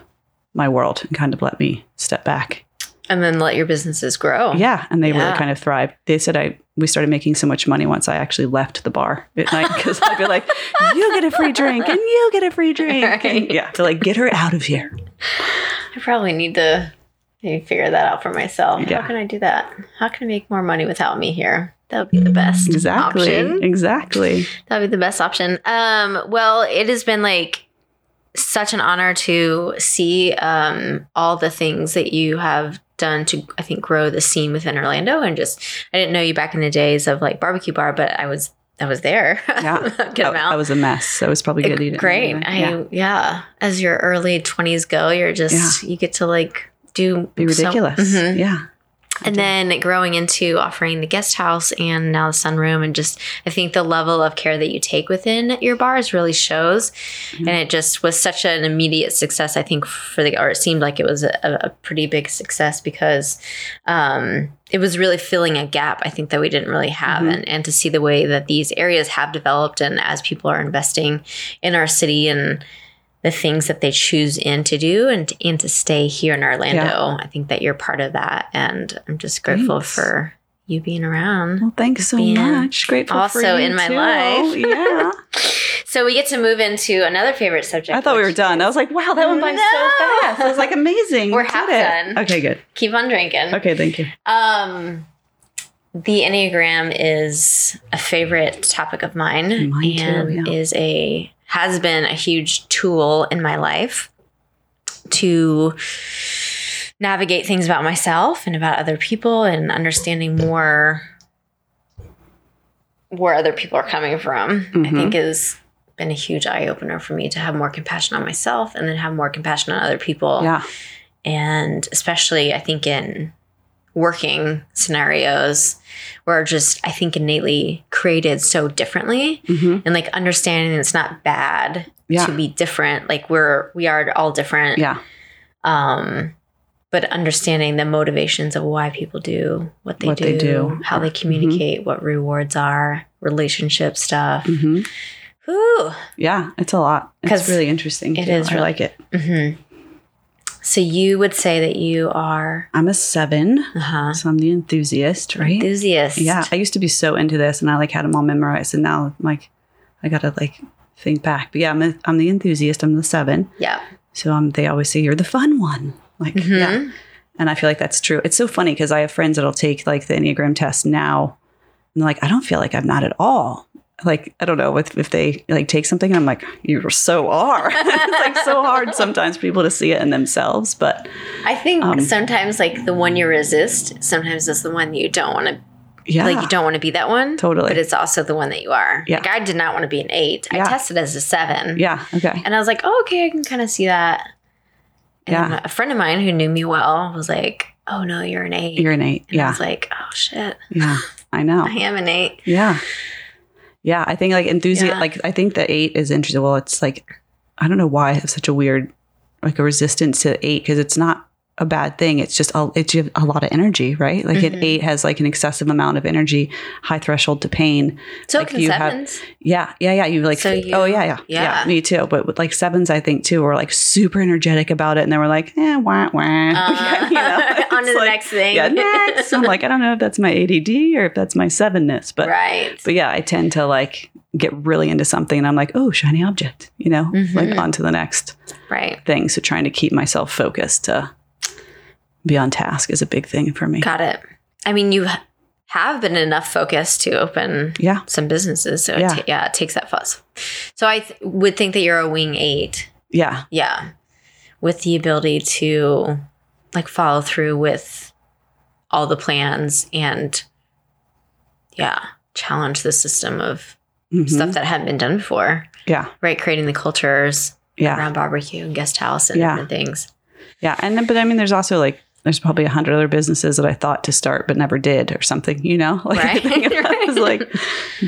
Speaker 3: my world and kind of let me step back
Speaker 2: And then let your businesses grow.
Speaker 3: yeah, and they
Speaker 2: Yeah.
Speaker 3: really kind of thrived. They said I we started making so much money once I actually left the bar at night because I'd be like, [LAUGHS] "You get a free drink, and you get a free drink."
Speaker 2: Right.
Speaker 3: And yeah, to like get her out of here.
Speaker 2: I probably need to maybe figure that out for myself.
Speaker 3: Yeah.
Speaker 2: How can I do that? How can I make more money without me here? That would be the best
Speaker 3: Exactly,
Speaker 2: option.
Speaker 3: exactly.
Speaker 2: That would be the best option. Um, well, it has been like such an honor to see um, all the things that you have done to, I think, grow the scene within Orlando. And just, I didn't know you back in the days of like barbecue bar, but I was, I was there.
Speaker 3: Yeah.
Speaker 2: [LAUGHS] Good
Speaker 3: I,
Speaker 2: amount.
Speaker 3: I was a mess. So it was probably good. you didn't
Speaker 2: Great.
Speaker 3: remember
Speaker 2: I
Speaker 3: that.
Speaker 2: yeah. As your early twenties go, you're just you get to like do
Speaker 3: be
Speaker 2: so-
Speaker 3: ridiculous.
Speaker 2: Mhm.
Speaker 3: Yeah,
Speaker 2: And then growing into offering the guest house and now the sunroom and just I think the level of care that you take within your bars really shows.
Speaker 3: Mhm.
Speaker 2: And it just was such an immediate success, I think, for the or it seemed like it was a, a pretty big success because um, it was really filling a gap I think that we didn't really have
Speaker 3: Mhm.
Speaker 2: and, and to see the way that these areas have developed and as people are investing in our city and the things that they choose in to do and and to stay here in Orlando. I think that you're part of that and I'm just grateful
Speaker 3: Thanks.
Speaker 2: for you being around.
Speaker 3: Well, thanks so
Speaker 2: Being
Speaker 3: much. Grateful.
Speaker 2: also
Speaker 3: for you
Speaker 2: in my
Speaker 3: too.
Speaker 2: life. [LAUGHS]
Speaker 3: yeah.
Speaker 2: So we get to move into another favorite subject.
Speaker 3: I thought we
Speaker 2: which
Speaker 3: were done. I was like, wow, that went by
Speaker 2: No.
Speaker 3: so fast. I was like, amazing.
Speaker 2: We're
Speaker 3: we did
Speaker 2: half
Speaker 3: it.
Speaker 2: done.
Speaker 3: Okay, good.
Speaker 2: Keep on drinking.
Speaker 3: Okay, thank you.
Speaker 2: Um, the Enneagram is a favorite topic of mine,
Speaker 3: Mine too,
Speaker 2: and
Speaker 3: yeah.
Speaker 2: is a has been a huge tool in my life to navigate things about myself and about other people and understanding more where other people are coming from. I
Speaker 3: Mhm.
Speaker 2: think is been a huge eye opener for me to have more compassion on myself and then have more compassion on other people
Speaker 3: Yeah,
Speaker 2: and especially I think in working scenarios where just I think innately created so differently
Speaker 3: hmm
Speaker 2: and like understanding it's not bad
Speaker 3: yeah,
Speaker 2: to be different like we're we are all different
Speaker 3: yeah,
Speaker 2: um but understanding the motivations of why people do what they,
Speaker 3: What
Speaker 2: do,
Speaker 3: they do. Mm-hmm.
Speaker 2: how they communicate what rewards are relationship stuff
Speaker 3: hmm
Speaker 2: Whew.
Speaker 3: yeah. It's a lot.
Speaker 2: 'Cause
Speaker 3: It's really interesting.
Speaker 2: it
Speaker 3: too.
Speaker 2: is
Speaker 3: I
Speaker 2: really-
Speaker 3: like it.
Speaker 2: Mhm. so you would say that you are
Speaker 3: I'm a seven,
Speaker 2: uh-huh,
Speaker 3: so I'm the enthusiast, right?
Speaker 2: enthusiast
Speaker 3: Yeah, I used to be so into this, and I like had them all memorized, and now I'm like, I gotta like think back. But yeah, I'm, a, I'm the enthusiast. I'm the seven,
Speaker 2: yeah
Speaker 3: so um, they always say you're the fun one. Like,
Speaker 2: Mhm.
Speaker 3: yeah, and I feel like that's true. It's so funny because I have friends that'll take like the Enneagram test now, and they're like, I don't feel like I'm not at all. Like, I don't know with if they like take something, and I'm like, you so are. [LAUGHS] it's like so hard sometimes for people to see it in themselves, but
Speaker 2: I think
Speaker 3: Um,
Speaker 2: sometimes like the one you resist, sometimes is the one that you don't want to
Speaker 3: yeah,
Speaker 2: like you don't want to be that one.
Speaker 3: Totally.
Speaker 2: But it's also the one that you are.
Speaker 3: Yeah.
Speaker 2: Like I did not want to be an eight.
Speaker 3: Yeah.
Speaker 2: I tested as a seven.
Speaker 3: yeah, okay,
Speaker 2: And I was like, oh, okay, I can kind of see that. And
Speaker 3: Yeah.
Speaker 2: then a friend of mine who knew me well was like, oh no, you're an 8
Speaker 3: you're an eight,
Speaker 2: and I
Speaker 3: yeah, Oh.
Speaker 2: was like, oh shit,
Speaker 3: yeah, I know,
Speaker 2: I am an eight.
Speaker 3: yeah, yeah. I think like enthusiast,
Speaker 2: Yeah.
Speaker 3: like I think the eight is interesting. Well, it's like I don't know why I have such a weird like a resistance to eight because it's not a bad thing. It's just a, it's you have a lot of energy, right? Like
Speaker 2: Mhm.
Speaker 3: an eight has like an excessive amount of energy, high threshold to pain.
Speaker 2: So
Speaker 3: Like,
Speaker 2: can
Speaker 3: you have-
Speaker 2: sevens.
Speaker 3: Yeah, yeah, yeah. You like
Speaker 2: So
Speaker 3: f-
Speaker 2: you-
Speaker 3: oh yeah, yeah,
Speaker 2: yeah.
Speaker 3: me too. But with like sevens, I think too, were like super energetic about it, and they were like, eh, wah [LAUGHS]
Speaker 2: Uh,
Speaker 3: wah. [LAUGHS] Yeah,
Speaker 2: [LAUGHS]
Speaker 3: you know?
Speaker 2: on to
Speaker 3: [LAUGHS] It's
Speaker 2: the
Speaker 3: like,
Speaker 2: next thing. [LAUGHS]
Speaker 3: Yeah, next. I'm like, I don't know if that's my ADD or if that's my sevenness, but
Speaker 2: right.
Speaker 3: but yeah, I tend to like get really into something and I'm like, oh, shiny object, you know, like
Speaker 2: Mhm.
Speaker 3: on to the next
Speaker 2: Right.
Speaker 3: thing. So trying to keep myself focused to be on task is a big thing for me.
Speaker 2: Got it. I mean, you h- have been enough focus to open
Speaker 3: Yeah.
Speaker 2: some businesses. So yeah,
Speaker 3: Yeah.
Speaker 2: it, ta- yeah, it takes that fuss. So I th- would think that you're a wing eight.
Speaker 3: Yeah.
Speaker 2: Yeah. With the ability to like follow through with all the plans and yeah, challenge the system of
Speaker 3: Mhm.
Speaker 2: stuff that hadn't been done before.
Speaker 3: Yeah.
Speaker 2: Right. Creating the cultures
Speaker 3: Yeah.
Speaker 2: around barbecue and guest house and
Speaker 3: Yeah.
Speaker 2: different things.
Speaker 3: Yeah, and then- but I mean, there's also like there's probably a hundred other businesses that I thought to start but never did or something, you know? [LAUGHS] Like
Speaker 2: Right.
Speaker 3: I think if I was
Speaker 2: [LAUGHS]
Speaker 3: like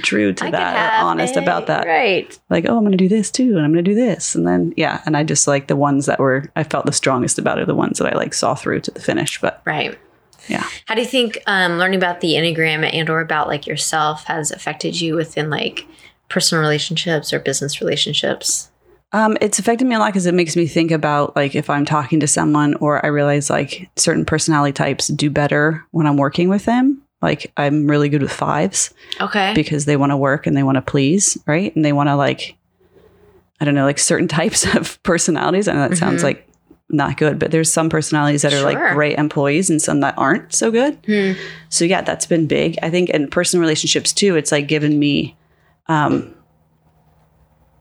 Speaker 3: drew to
Speaker 2: I could
Speaker 3: that
Speaker 2: have
Speaker 3: or honest
Speaker 2: a-
Speaker 3: about that.
Speaker 2: Right.
Speaker 3: Like, oh, I'm gonna do this too, and I'm gonna do this, and then yeah, and I just like the ones that were I felt the strongest about are the ones that I like saw through to the finish. But
Speaker 2: Right.
Speaker 3: Yeah.
Speaker 2: How do you think um, learning about the Enneagram and or about like yourself has affected you within like personal relationships or business relationships?
Speaker 3: Um, it's affected me a lot because it makes me think about like if I'm talking to someone or I realize like certain personality types do better when I'm working with them. Like I'm really good with fives
Speaker 2: Okay.
Speaker 3: because they want to work and they want to please, right? And they want to like I don't know, like certain [LAUGHS] types of personalities. I know that sounds
Speaker 2: Mhm.
Speaker 3: like not good, but there's some personalities that are
Speaker 2: Sure.
Speaker 3: like great employees and some that aren't so good.
Speaker 2: Hmm.
Speaker 3: So yeah, that's been big. I think in personal relationships too, it's like given me um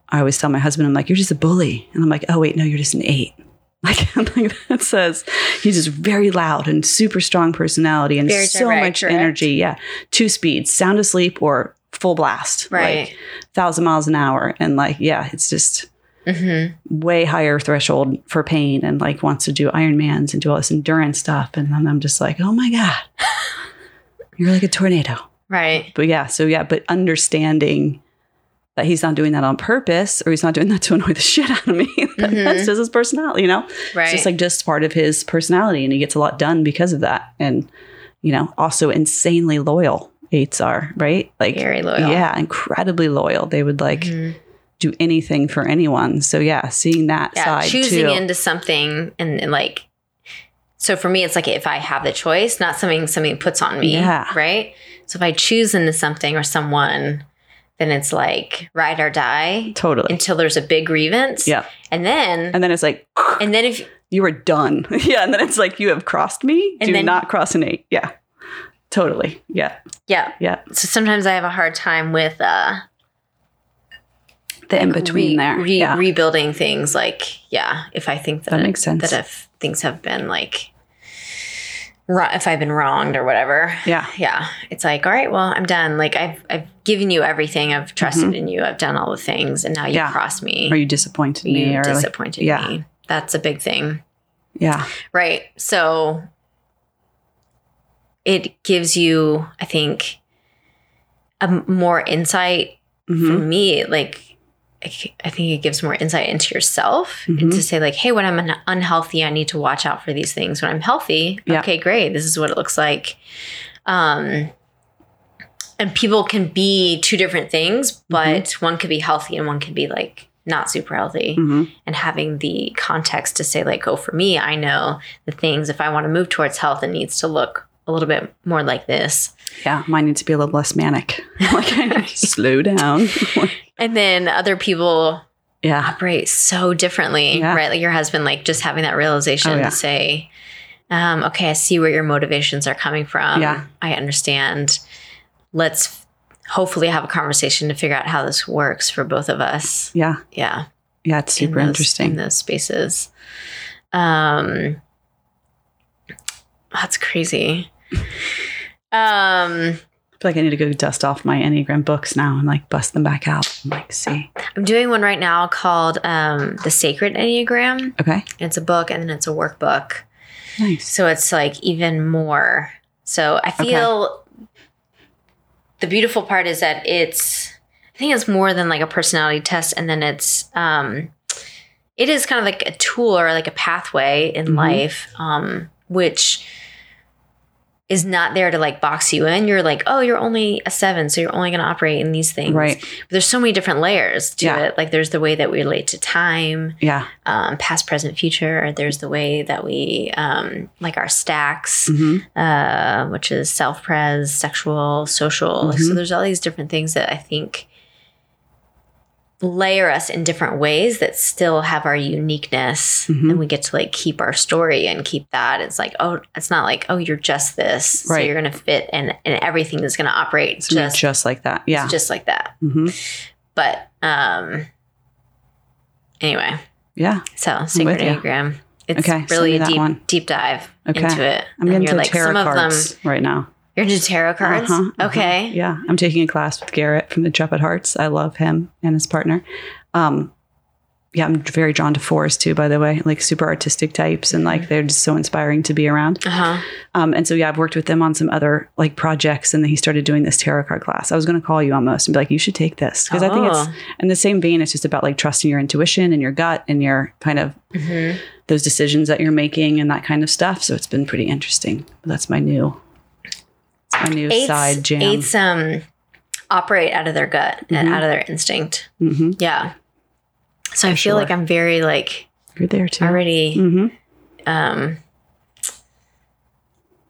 Speaker 3: I always tell my husband, I'm like, you're just a bully. And I'm like, oh wait, no, you're just an eight. [LAUGHS] Like, I'm like [LAUGHS] that says he's just very loud and super strong personality and
Speaker 2: Very
Speaker 3: so
Speaker 2: direct,
Speaker 3: much
Speaker 2: correct.
Speaker 3: energy. Yeah. Two speeds, sound asleep or full blast.
Speaker 2: Right.
Speaker 3: Like thousand miles an hour. And like, yeah, it's just
Speaker 2: hmm
Speaker 3: way higher threshold for pain and like wants to do Ironmans and do all this endurance stuff. And then I'm just like, oh my God, [LAUGHS] you're like a tornado.
Speaker 2: Right.
Speaker 3: But yeah, so yeah, but understanding that he's not doing that on purpose or he's not doing that to [LAUGHS] annoy the shit out of me. That- That's just his personality, you know?
Speaker 2: Right.
Speaker 3: It's just like just part of his personality and he gets a lot done because of that. And, you know, also insanely loyal eights are, right? Like,
Speaker 2: very loyal.
Speaker 3: yeah, incredibly loyal. They would like
Speaker 2: Mhm.
Speaker 3: do anything for anyone. So yeah, seeing that
Speaker 2: Yeah.
Speaker 3: side
Speaker 2: Choosing
Speaker 3: too.
Speaker 2: into something and, and, like, so for me, it's like if I have the choice, not something something puts on me.
Speaker 3: Yeah.
Speaker 2: Right. So if I choose into something or someone, then it's like ride or die
Speaker 3: totally.
Speaker 2: until there's a big grievance.
Speaker 3: yeah.
Speaker 2: And then,
Speaker 3: And then it's like
Speaker 2: and then if
Speaker 3: [LAUGHS] you are done. [LAUGHS] yeah, and then it's like you have crossed me.
Speaker 2: And
Speaker 3: do
Speaker 2: then-
Speaker 3: not cross an eight. Yeah. Totally. Yeah.
Speaker 2: yeah
Speaker 3: Yeah.
Speaker 2: so sometimes i have a hard time with uh
Speaker 3: The in between
Speaker 2: re-
Speaker 3: there.
Speaker 2: re-
Speaker 3: yeah.
Speaker 2: rebuilding things like yeah if i think that,
Speaker 3: That
Speaker 2: it-
Speaker 3: makes sense.
Speaker 2: that if things have been like wro- if i've been wronged or whatever
Speaker 3: yeah.
Speaker 2: yeah it's like all right well i'm done like i've i've given you everything i've trusted in you i've done all the things and now you
Speaker 3: Mm-hmm. Yeah.
Speaker 2: cross me
Speaker 3: Are you disappointed in me
Speaker 2: You
Speaker 3: or like,
Speaker 2: disappointed
Speaker 3: yeah.
Speaker 2: me that's a big thing
Speaker 3: yeah.
Speaker 2: Right. So it gives you, I think, a m- more insight for
Speaker 3: Mhm.
Speaker 2: me. Like, I c- I think it gives more insight into yourself and
Speaker 3: Mhm.
Speaker 2: to say, like, hey, when I'm un- unhealthy, I need to watch out for these things. When I'm healthy,
Speaker 3: Yeah.
Speaker 2: okay, great. This is what it looks like. Um, and people can be two different things, but one could be healthy and one could be like not super healthy
Speaker 3: Mhm.
Speaker 2: and having the context to say like oh for me i know the things if i want to move towards health it needs to look a little bit more like this
Speaker 3: Yeah. Mine needs to be a little less manic. [LAUGHS] like I need to slow down. [LAUGHS]
Speaker 2: and then other people
Speaker 3: yeah.
Speaker 2: operate so differently
Speaker 3: Yeah.
Speaker 2: right like your husband like just having that realization
Speaker 3: Oh, yeah.
Speaker 2: to say um, okay i see where your motivations are coming from
Speaker 3: Yeah.
Speaker 2: i understand let's hopefully have a conversation to figure out how this works for both of us
Speaker 3: Yeah.
Speaker 2: yeah
Speaker 3: Yeah. It's
Speaker 2: in
Speaker 3: super
Speaker 2: those-
Speaker 3: interesting.
Speaker 2: in those spaces. Um, that's crazy. Um,
Speaker 3: I feel like I need to go dust off my Enneagram books now and like bust them back out. and, like, see.
Speaker 2: I'm doing one right now called um, "The Sacred Enneagram."
Speaker 3: Okay.
Speaker 2: It's a book, and then it's a workbook,
Speaker 3: Nice.
Speaker 2: so it's like even more. So I feel the beautiful part is that it's. I think it's more than like a personality test, and then it's. Um, it is kind of like a tool or like a pathway in
Speaker 3: Mhm.
Speaker 2: life, um, which is not there to like box you in. You're like, oh, you're only a seven, so you're only going to operate in these things.
Speaker 3: Right.
Speaker 2: But there's so many different layers to
Speaker 3: Yeah.
Speaker 2: it. Like there's the way that we relate to time,
Speaker 3: Yeah.
Speaker 2: um, past, present, future. There's the way that we um, like our stacks,
Speaker 3: hmm
Speaker 2: uh, which is self pres, sexual, social. Like, So
Speaker 3: Mhm.
Speaker 2: there's all these different things that I think layer us in different ways that still have our uniqueness
Speaker 3: Mhm.
Speaker 2: and we get to like keep our story and keep that it's like oh it's not like oh you're just this so
Speaker 3: Right.
Speaker 2: you're gonna fit and and everything is gonna operate
Speaker 3: It's
Speaker 2: just
Speaker 3: just, just like that. Yeah.
Speaker 2: just like that
Speaker 3: hmm
Speaker 2: but um anyway
Speaker 3: Yeah.
Speaker 2: so
Speaker 3: with
Speaker 2: sacred
Speaker 3: ya.
Speaker 2: enneagram it's
Speaker 3: Okay, send
Speaker 2: really
Speaker 3: me
Speaker 2: a
Speaker 3: that
Speaker 2: deep
Speaker 3: one.
Speaker 2: deep dive
Speaker 3: Okay.
Speaker 2: into it
Speaker 3: I'm
Speaker 2: and
Speaker 3: getting
Speaker 2: you're
Speaker 3: into
Speaker 2: like
Speaker 3: tarot
Speaker 2: some of
Speaker 3: cards
Speaker 2: them
Speaker 3: right now.
Speaker 2: you're into tarot cards
Speaker 3: Uh-huh, uh-huh.
Speaker 2: okay
Speaker 3: Yeah. I'm taking a class with Garrett from the Intrepid Hearts. I love him and his partner. Um, yeah, I'm very drawn to fours too, by the way, like super artistic types and
Speaker 2: Mm-hmm.
Speaker 3: like they're just so inspiring to be around.
Speaker 2: uh-huh
Speaker 3: Um, and so yeah, I've worked with them on some other like projects and then he started doing this tarot card class. I was gonna call you almost and be like, you should take this. Because I think
Speaker 2: Oh.
Speaker 3: it's in the same vein, it's just about like trusting your intuition and your gut and your kind of
Speaker 2: Mhm.
Speaker 3: those decisions that you're making and that kind of stuff. So it's been pretty interesting. That's my new it's my new
Speaker 2: Eights-
Speaker 3: side jam.
Speaker 2: Eights um, operate out of their gut and
Speaker 3: Mhm.
Speaker 2: out of their instinct.
Speaker 3: Mm-hmm.
Speaker 2: Yeah. So I
Speaker 3: For
Speaker 2: feel like
Speaker 3: sure.
Speaker 2: I'm very like
Speaker 3: You're there too.
Speaker 2: already
Speaker 3: Mm-hmm.
Speaker 2: um,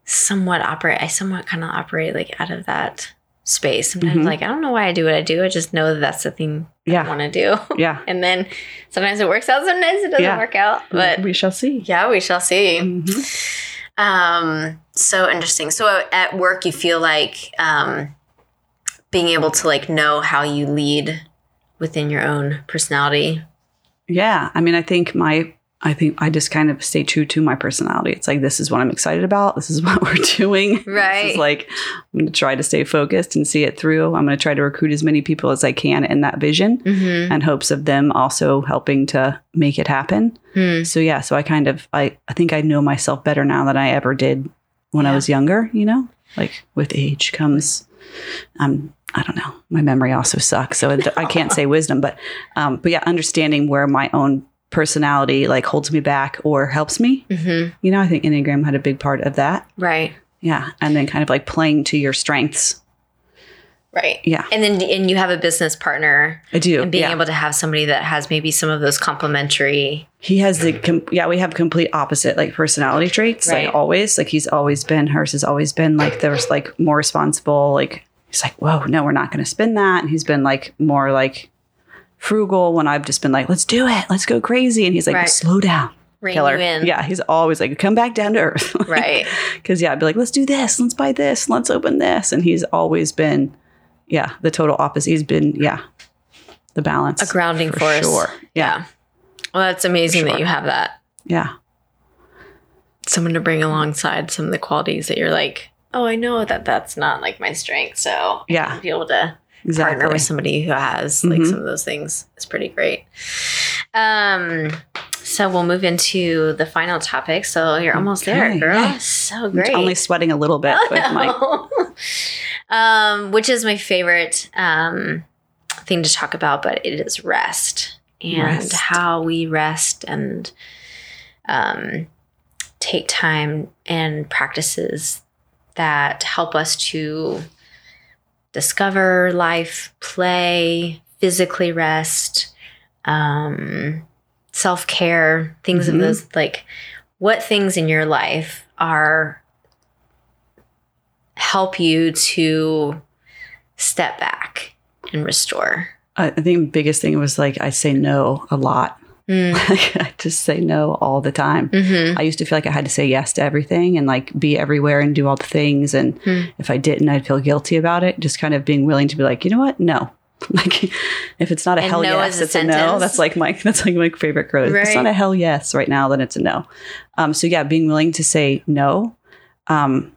Speaker 2: somewhat operate. I somewhat kind of operate like out of that space. Sometimes
Speaker 3: Mhm.
Speaker 2: like I don't know why I do what I do. I just know that that's the thing I
Speaker 3: Yeah.
Speaker 2: want to do. [LAUGHS]
Speaker 3: Yeah.
Speaker 2: and then sometimes it works out. Sometimes it doesn't
Speaker 3: Yeah. Mm-hmm.
Speaker 2: work out. But
Speaker 3: we shall see.
Speaker 2: yeah, we shall see.
Speaker 3: Mhm.
Speaker 2: Um, so interesting. So at work, you feel like um, being able to like know how you lead within your own personality.
Speaker 3: Yeah. I mean, I think my I think I just kind of stay true to my personality. It's like this is what I'm excited about. This is [LAUGHS] what we're doing. This
Speaker 2: Right.
Speaker 3: is like I'm gonna try to stay focused and see it through. I'm gonna try to recruit as many people as I can in that vision
Speaker 2: Mm-hmm.
Speaker 3: and hopes of them also helping to make it happen.
Speaker 2: Mm-hmm.
Speaker 3: So yeah, so I kind of I I think I know myself better now than I ever did when I
Speaker 2: Yeah.
Speaker 3: was younger, you know? Like with age comes um I don't know. My memory also sucks, so it- I
Speaker 2: [LAUGHS]
Speaker 3: can't say wisdom, but um but yeah, understanding where my own personality like holds me back or helps me.
Speaker 2: Mm-hmm.
Speaker 3: You know, I think Enneagram had a big part of that.
Speaker 2: Right.
Speaker 3: Yeah, and then kind of like playing to your strengths.
Speaker 2: Right.
Speaker 3: Yeah,
Speaker 2: And then and you have a business partner
Speaker 3: I do.
Speaker 2: and being
Speaker 3: yeah.
Speaker 2: able to have somebody that has maybe some of those complementary.
Speaker 3: he has the com- yeah we have complete opposite like personality traits
Speaker 2: Right.
Speaker 3: like always like he's always been hers has always been like there's like more responsible like he's like whoa no we're not going to spend that and he's been like more like frugal when i've just been like let's do it let's go crazy and he's like
Speaker 2: Right.
Speaker 3: slow down
Speaker 2: rein
Speaker 3: killer
Speaker 2: you in.
Speaker 3: yeah he's always like come back down to earth [LAUGHS]
Speaker 2: Right.
Speaker 3: because yeah i'd be like let's do this let's buy this let's open this and he's always been yeah the total opposite he's been yeah the balance
Speaker 2: A grounding force.
Speaker 3: sure yeah
Speaker 2: Well, that's amazing that
Speaker 3: Sure.
Speaker 2: you have that.
Speaker 3: yeah
Speaker 2: Someone to bring alongside some of the qualities that you're like, oh, I know that that's not like my strength. So I
Speaker 3: Yeah.
Speaker 2: can be able to
Speaker 3: exactly
Speaker 2: partner with somebody who has like
Speaker 3: Mhm.
Speaker 2: some of those things is pretty great. Um, so we'll move into the final topic. So you're almost there,
Speaker 3: Okay,
Speaker 2: girl.
Speaker 3: yay.
Speaker 2: So
Speaker 3: I'm
Speaker 2: great.
Speaker 3: Only sweating a little bit,
Speaker 2: [LAUGHS]
Speaker 3: but like,
Speaker 2: um, which is my favorite um, thing to talk about, but it is rest and
Speaker 3: Rest.
Speaker 2: how we rest and um, take time and practices that help us to discover life, play, physically rest, um, self care, things
Speaker 3: Mhm.
Speaker 2: of those like what things in your life are help you to step back and restore.
Speaker 3: I I think the biggest thing was like I say no a lot. [LAUGHS]
Speaker 2: Mm.
Speaker 3: Like, I just say no all the time.
Speaker 2: hmm
Speaker 3: I used to feel like I had to say yes to everything and like be everywhere and do all the things. And
Speaker 2: Hmm.
Speaker 3: if I didn't, I'd feel guilty about it. Just kind of being willing to be like, you know what? No. [LAUGHS] Like if it's not a
Speaker 2: And
Speaker 3: hell
Speaker 2: no
Speaker 3: yes,
Speaker 2: is a
Speaker 3: it's a no.
Speaker 2: sentence.
Speaker 3: That's like my [LAUGHS] that's like my favorite quote. If it's
Speaker 2: Right.
Speaker 3: not a hell yes right now, then it's a no. Um, so yeah, being willing to say no. Um,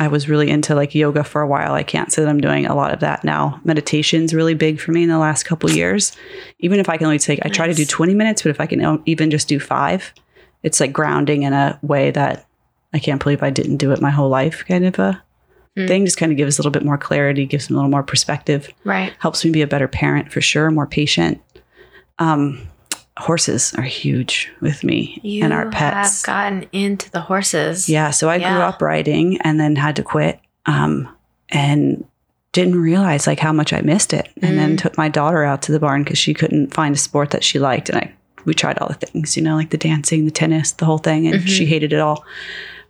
Speaker 3: I was really into like yoga for a while. I can't say that I'm doing a lot of that now. Meditation's really big for me in the last couple years. Even if I can only take, I try to do
Speaker 2: Nice.
Speaker 3: 20 minutes, but if I can o- even just do five, it's like grounding in a way that I can't believe I didn't do it my whole life kind of a
Speaker 2: Hmm.
Speaker 3: thing. Just kind of gives a little bit more clarity, gives me a little more perspective,
Speaker 2: Right.
Speaker 3: helps me be a better parent for sure, more patient. Um, horses are huge with me
Speaker 2: You
Speaker 3: and our pets.
Speaker 2: have gotten into the horses. [LAUGHS]
Speaker 3: Yeah. So I grew
Speaker 2: Yeah.
Speaker 3: up riding and then had to quit um, and didn't realize like how much I missed it. And
Speaker 2: Mm.
Speaker 3: then took my daughter out to the barn because she couldn't find a sport that she
Speaker 2: Mm-hmm.
Speaker 3: liked. And I, we tried all the things, you know, like the dancing, the tennis, the whole thing. And she hated it all.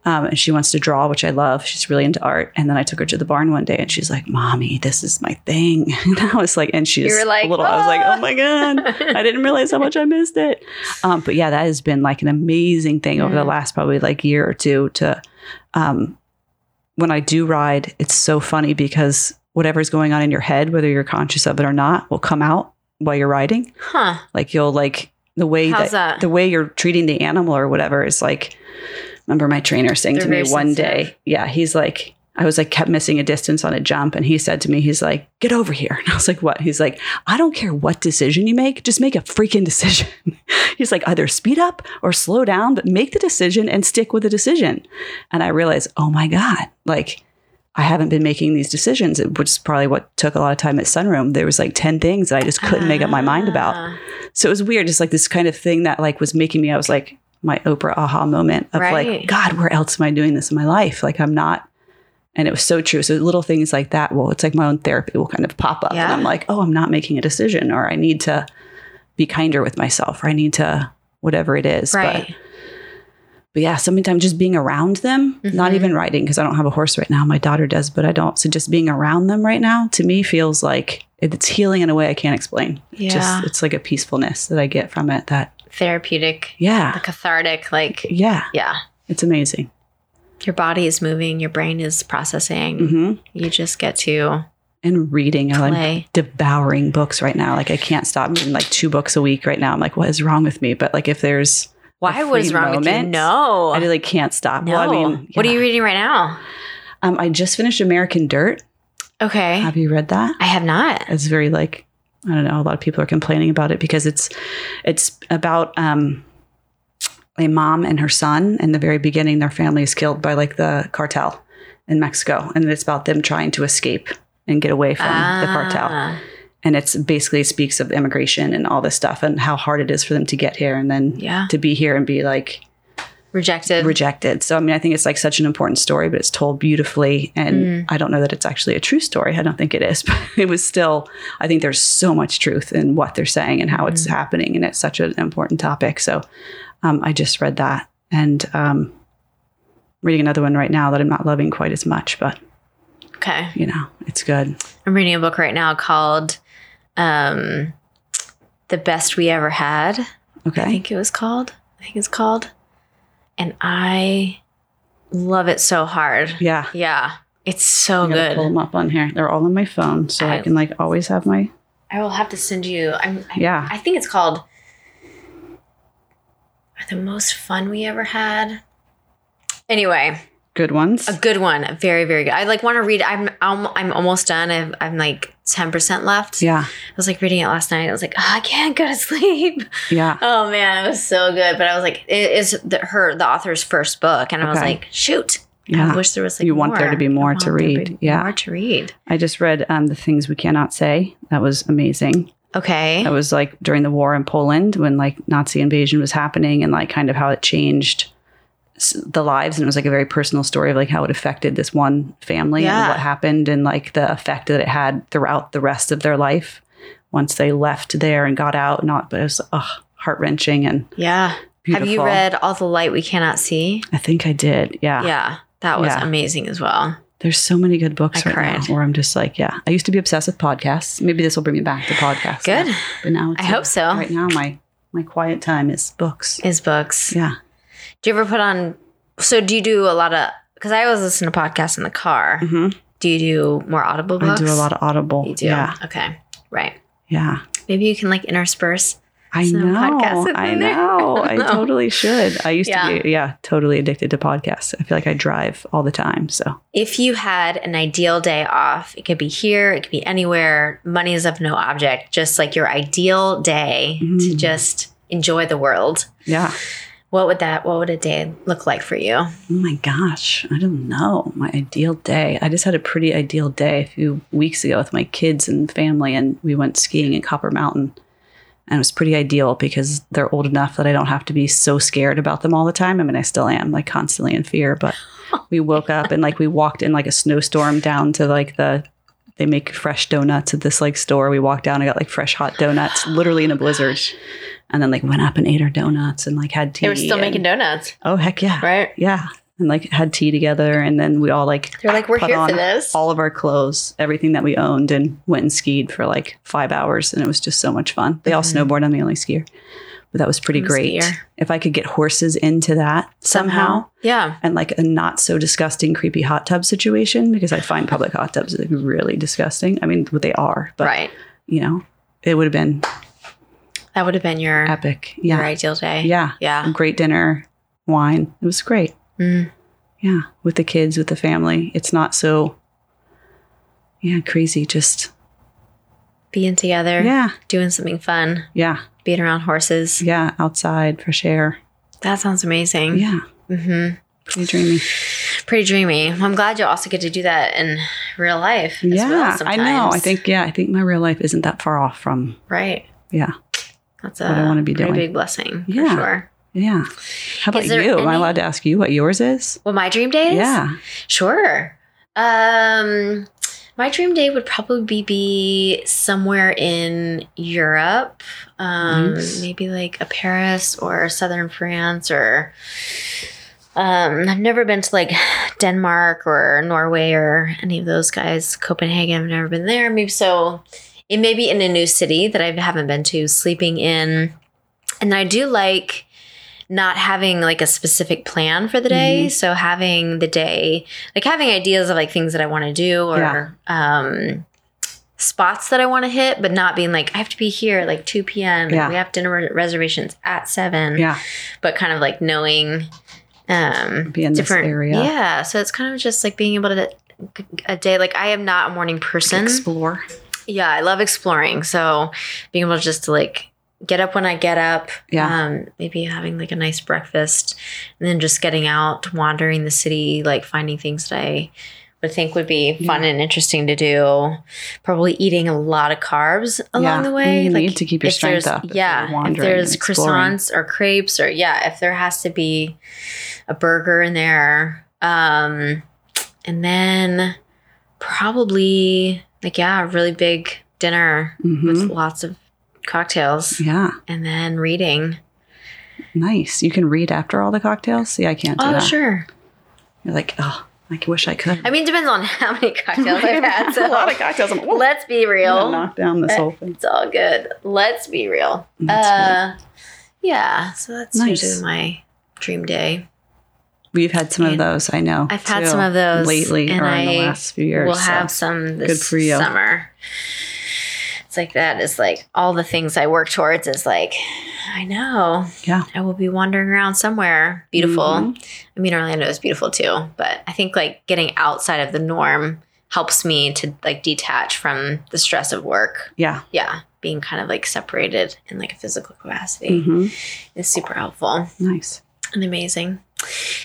Speaker 3: Um, and she wants to draw, which I love. She's really into art. And then I took her to the barn one day and she's like, Mommy, this is my thing. [LAUGHS] And I was like, and she
Speaker 2: You
Speaker 3: just
Speaker 2: were like,
Speaker 3: a little, I was like,
Speaker 2: "Ah."
Speaker 3: oh my God, I didn't realize how much I missed it. Um, but yeah, that has been like an amazing thing over the
Speaker 2: Mm.
Speaker 3: last probably like year or two to, um, when I do ride, it's so funny because whatever's going on in your head, whether you're conscious of it or not, will come out while you're riding.
Speaker 2: Huh.
Speaker 3: Like you'll like the way
Speaker 2: How's that?
Speaker 3: the way you're treating the animal or whatever is like remember my trainer saying
Speaker 2: They're
Speaker 3: to me
Speaker 2: very
Speaker 3: one
Speaker 2: sensitive.
Speaker 3: day yeah he's like i was like kept missing a distance on a jump and he said to me he's like get over here [LAUGHS] and i was like what he's like i don't care what decision you make just make a freaking decision [LAUGHS] he's like either speed up or slow down but make the decision and stick with the decision and i realized oh my god like I haven't been making these decisions, which is probably what took a lot of time at Sunroom. There was like 10 things that I just couldn't make up my mind about.
Speaker 2: Ah.
Speaker 3: So it was weird, just like this kind of thing that like was making me. I was like my Oprah aha moment of
Speaker 2: Right.
Speaker 3: like, God, where else am I doing this in my life? Like I'm not. And it was so true. So little things like that. Well, it's like my own therapy will kind of pop up, and
Speaker 2: Yeah.
Speaker 3: I'm like, oh, I'm not making a decision, or I need to be kinder with myself, or I need to whatever it is.
Speaker 2: Right.
Speaker 3: But, but yeah, sometimes just being around them, not
Speaker 2: Mhm.
Speaker 3: even riding because I don't have a horse right now. My daughter does, but I don't. So just being around them right now to me feels like it's healing in a way I can't explain
Speaker 2: yeah.
Speaker 3: just it's like a peacefulness that I get from it that
Speaker 2: Therapeutic. The
Speaker 3: yeah
Speaker 2: cathartic. Like,
Speaker 3: yeah
Speaker 2: yeah.
Speaker 3: it's amazing
Speaker 2: Your body is moving. Your brain is processing.
Speaker 3: hmm
Speaker 2: You just get to
Speaker 3: and reading I'm
Speaker 2: play.
Speaker 3: devouring books right now like I can't stop I'm reading like two books a week right now I'm like what is wrong with me but like if there's
Speaker 2: Why was
Speaker 3: free
Speaker 2: wrong with you?
Speaker 3: moment.
Speaker 2: No.
Speaker 3: I really can't stop
Speaker 2: no.
Speaker 3: well I mean
Speaker 2: What are
Speaker 3: yeah.
Speaker 2: you reading right now?
Speaker 3: um I just finished American Dirt
Speaker 2: Okay.
Speaker 3: have you read that
Speaker 2: I have not.
Speaker 3: it's very like I don't know a lot of people are complaining about it because it's it's about um a mom and her son in the very beginning their family is killed by like the cartel in Mexico and it's about them trying to escape and get away from the cartel
Speaker 2: Ah,
Speaker 3: and it's basically speaks of immigration and all this stuff and how hard it is for them to get here and then
Speaker 2: Yeah.
Speaker 3: to be here and be like
Speaker 2: Rejected.
Speaker 3: rejected. So I mean, I think it's like such an important story, but it's told beautifully. And
Speaker 2: Mm.
Speaker 3: I don't know that it's actually a true story. I don't think it is, [LAUGHS] but it was still. I think there's so much truth in what they're saying and how it's
Speaker 2: Mm.
Speaker 3: happening, and it's such an important topic. So um, I just read that, and um, reading another one right now that I'm not loving quite as much, but
Speaker 2: okay.
Speaker 3: you know, it's good.
Speaker 2: I'm reading a book right now called um, The Best We Ever Had. I
Speaker 3: Okay,
Speaker 2: think it was called. I think it's called. And I love it so hard.
Speaker 3: yeah.
Speaker 2: Yeah. It's so
Speaker 3: I Mm-hmm. gotta
Speaker 2: Oh, good.
Speaker 3: Pull them up on here. They're all on my phone, so I,
Speaker 2: I-
Speaker 3: can like always have my
Speaker 2: I will have to send you. I'm, I,
Speaker 3: Yeah.
Speaker 2: I think it's called The Most Fun We Ever Had. Anyway,
Speaker 3: good ones.
Speaker 2: a good one. Very, very good. I like want to read. I'm, I'm I'm almost done. I've, I'm like 10% left.
Speaker 3: Yeah,
Speaker 2: I was like reading it last night. I was like, oh, I can't go to [LAUGHS] sleep.
Speaker 3: yeah.
Speaker 2: Oh man, it was so good. But I was like, it is the, her the author's first book, and I was
Speaker 3: Okay.
Speaker 2: like, shoot, I
Speaker 3: Yeah.
Speaker 2: wish there was like
Speaker 3: You want there to be
Speaker 2: I
Speaker 3: more
Speaker 2: want
Speaker 3: to
Speaker 2: there
Speaker 3: read.
Speaker 2: be
Speaker 3: Yeah.
Speaker 2: more to read.
Speaker 3: I just read um, The Things We Cannot Say. That was amazing.
Speaker 2: Okay,
Speaker 3: That was like during the war in Poland when like Nazi invasion was happening and like kind of how it changed s- the lives. And it was like a very personal story of like how it affected this one family
Speaker 2: Yeah.
Speaker 3: and what happened and like the effect that it had throughout the rest of their life once they left there and got out. Not, but it was heart wrenching and
Speaker 2: yeah.
Speaker 3: beautiful.
Speaker 2: Have you read All the Light We Cannot See?
Speaker 3: I think I did. Yeah.
Speaker 2: yeah, that was
Speaker 3: Yeah.
Speaker 2: amazing as well.
Speaker 3: There's so many good books
Speaker 2: I
Speaker 3: right now
Speaker 2: cried.
Speaker 3: where I'm just like, yeah. I used to be obsessed with podcasts. Maybe this will bring me back to podcasts. now.
Speaker 2: Good
Speaker 3: But now it's
Speaker 2: I hope so.
Speaker 3: Right now, my my quiet time is books.
Speaker 2: is books.
Speaker 3: Yeah,
Speaker 2: Do you ever put on? So do you do a lot of? Because I always listen to podcasts in the car.
Speaker 3: Mhm.
Speaker 2: Do you do more audible
Speaker 3: I
Speaker 2: books?
Speaker 3: do a lot of Audible.
Speaker 2: You do.
Speaker 3: Yeah,
Speaker 2: Okay. Right.
Speaker 3: yeah.
Speaker 2: Maybe you can like intersperse
Speaker 3: I
Speaker 2: Some podcasts
Speaker 3: know.
Speaker 2: in
Speaker 3: I
Speaker 2: there. [LAUGHS]
Speaker 3: know. I
Speaker 2: No.
Speaker 3: totally should. I used
Speaker 2: Yeah.
Speaker 3: to be yeah, totally addicted to podcasts. I feel like I drive all the time. So
Speaker 2: If you had an ideal day off, it could be here, it could be anywhere. Money is of no object, just like your ideal day to
Speaker 3: Mm.
Speaker 2: just enjoy the world.
Speaker 3: yeah.
Speaker 2: What would that what would a day look like for you?
Speaker 3: Oh my gosh, I don't know. My ideal day. I just had a pretty ideal day a few weeks ago with my kids and family, and we went skiing in Copper Mountain. And it was pretty ideal because they're old enough that I don't have to be so scared about them all the time. I mean, I still am like constantly in fear, but we woke up and like we walked in like a snowstorm down to like the they make fresh donuts at this like store. We walked down and got like fresh hot donuts, literally in a blizzard. And then like went up and ate our donuts and like had tea. and-
Speaker 2: donuts,
Speaker 3: Oh heck yeah.
Speaker 2: right?
Speaker 3: Yeah. and like had tea together. And then we all like
Speaker 2: They're like, we're
Speaker 3: Put
Speaker 2: here for
Speaker 3: on
Speaker 2: this.
Speaker 3: all of our clothes, everything that we owned, and went and skied for like five hours. And it was just so much fun. They all
Speaker 2: Mhm.
Speaker 3: snowboard. I'm the only skier, but that was pretty
Speaker 2: I'm a
Speaker 3: great.
Speaker 2: skier.
Speaker 3: If I could get horses into that somehow,
Speaker 2: Yeah.
Speaker 3: and like a not so disgusting, creepy hot tub situation, because I find public hot tubs like really disgusting. I mean, what they are, but
Speaker 2: right.
Speaker 3: you know, it would have been
Speaker 2: That would have been your,
Speaker 3: epic. Yeah.
Speaker 2: your ideal day.
Speaker 3: Yeah. Mm.
Speaker 2: Yeah.
Speaker 3: Great dinner, wine. It was great.
Speaker 2: Mm.
Speaker 3: Yeah. With the kids, with the family. It's not so, yeah, crazy. Just,
Speaker 2: Being together,
Speaker 3: yeah. Mm.
Speaker 2: doing something fun,
Speaker 3: Yeah.
Speaker 2: being around horses.
Speaker 3: Yeah. Outside, fresh air.
Speaker 2: That sounds amazing.
Speaker 3: Yeah.
Speaker 2: hmm
Speaker 3: Pretty dreamy.
Speaker 2: Pretty dreamy. Well, I'm glad you'll also get to do that in real life. As
Speaker 3: yeah.
Speaker 2: well
Speaker 3: I know. I
Speaker 2: sometimes.
Speaker 3: think, yeah, I think my real life isn't that far off from,
Speaker 2: Right.
Speaker 3: yeah.
Speaker 2: That's
Speaker 3: What I
Speaker 2: a
Speaker 3: wanna be
Speaker 2: very
Speaker 3: doing.
Speaker 2: big blessing. For
Speaker 3: Yeah.
Speaker 2: sure.
Speaker 3: Yeah. How about
Speaker 2: Is
Speaker 3: you?
Speaker 2: there
Speaker 3: Am I
Speaker 2: any-
Speaker 3: allowed to ask you what yours is?
Speaker 2: Well, my dream day is?
Speaker 3: Yeah.
Speaker 2: Sure. Um, my dream day would probably be somewhere in Europe, um,
Speaker 3: Nice.
Speaker 2: maybe like a Paris or southern France or. Um, I've never been to like Denmark or Norway or any of those guys. Copenhagen, I've never been there. Maybe so. It may be in a new city that I haven't been to, sleeping in, and I do like not having like a specific plan for the day. So having the day, like having ideas of like things that I want to do or um, spots that I want to hit, but not being like I have to be here at like two p.m.
Speaker 3: Yeah.
Speaker 2: and we have dinner re- reservations at seven.
Speaker 3: Yeah.
Speaker 2: But kind of like knowing um,
Speaker 3: Be in this
Speaker 2: different
Speaker 3: area.
Speaker 2: Yeah. So it's kind of just like being able to a day like I am not a morning person.
Speaker 3: Explore.
Speaker 2: Yeah, I love exploring. So being able just to like get up when I get up.
Speaker 3: Yeah.
Speaker 2: Um, maybe having like a nice breakfast and then just getting out, wandering the city, like finding things that I would think would be fun and interesting to do. Probably eating a lot of carbs along
Speaker 3: Yeah.
Speaker 2: the way.
Speaker 3: You
Speaker 2: like
Speaker 3: need to keep your
Speaker 2: if there's-
Speaker 3: strength up if you're
Speaker 2: Yeah. If
Speaker 3: wandering
Speaker 2: there's
Speaker 3: and exploring.
Speaker 2: croissants or crepes or yeah, if there has to be a burger in there. Um and then probably like yeah, a really big dinner
Speaker 3: hmm
Speaker 2: with lots of cocktails
Speaker 3: Yeah.
Speaker 2: and then reading.
Speaker 3: Nice. You can read after all the cocktails. See, I can't do
Speaker 2: Oh,
Speaker 3: that.
Speaker 2: sure.
Speaker 3: You're like, oh, I wish I could.
Speaker 2: I mean, it depends on how
Speaker 3: [LAUGHS]
Speaker 2: many cocktails I've had. So
Speaker 3: a lot of cocktails. I'm like, "Whoa,
Speaker 2: let's be
Speaker 3: I'm gonna
Speaker 2: real.
Speaker 3: knock down this
Speaker 2: Uh,
Speaker 3: whole thing.
Speaker 2: It's all good. Let's be real. Uh,
Speaker 3: That's
Speaker 2: yeah. So that's
Speaker 3: Nice.
Speaker 2: usually my dream day.
Speaker 3: We've had some of
Speaker 2: and
Speaker 3: those. I know.
Speaker 2: I've had
Speaker 3: too,
Speaker 2: some of those,
Speaker 3: lately
Speaker 2: and
Speaker 3: or in the
Speaker 2: I
Speaker 3: last few years.
Speaker 2: we'll
Speaker 3: so.
Speaker 2: have some this
Speaker 3: good for you.
Speaker 2: summer. It's like that is like all the things I work towards is like, I know.
Speaker 3: Yeah.
Speaker 2: I will be wandering around somewhere beautiful.
Speaker 3: Mhm.
Speaker 2: I mean, Orlando is beautiful too, but I think like getting outside of the norm helps me to like detach from the stress of work.
Speaker 3: Yeah.
Speaker 2: Yeah. Being kind of like separated in like a physical capacity
Speaker 3: hmm
Speaker 2: is super helpful
Speaker 3: Nice.
Speaker 2: and amazing.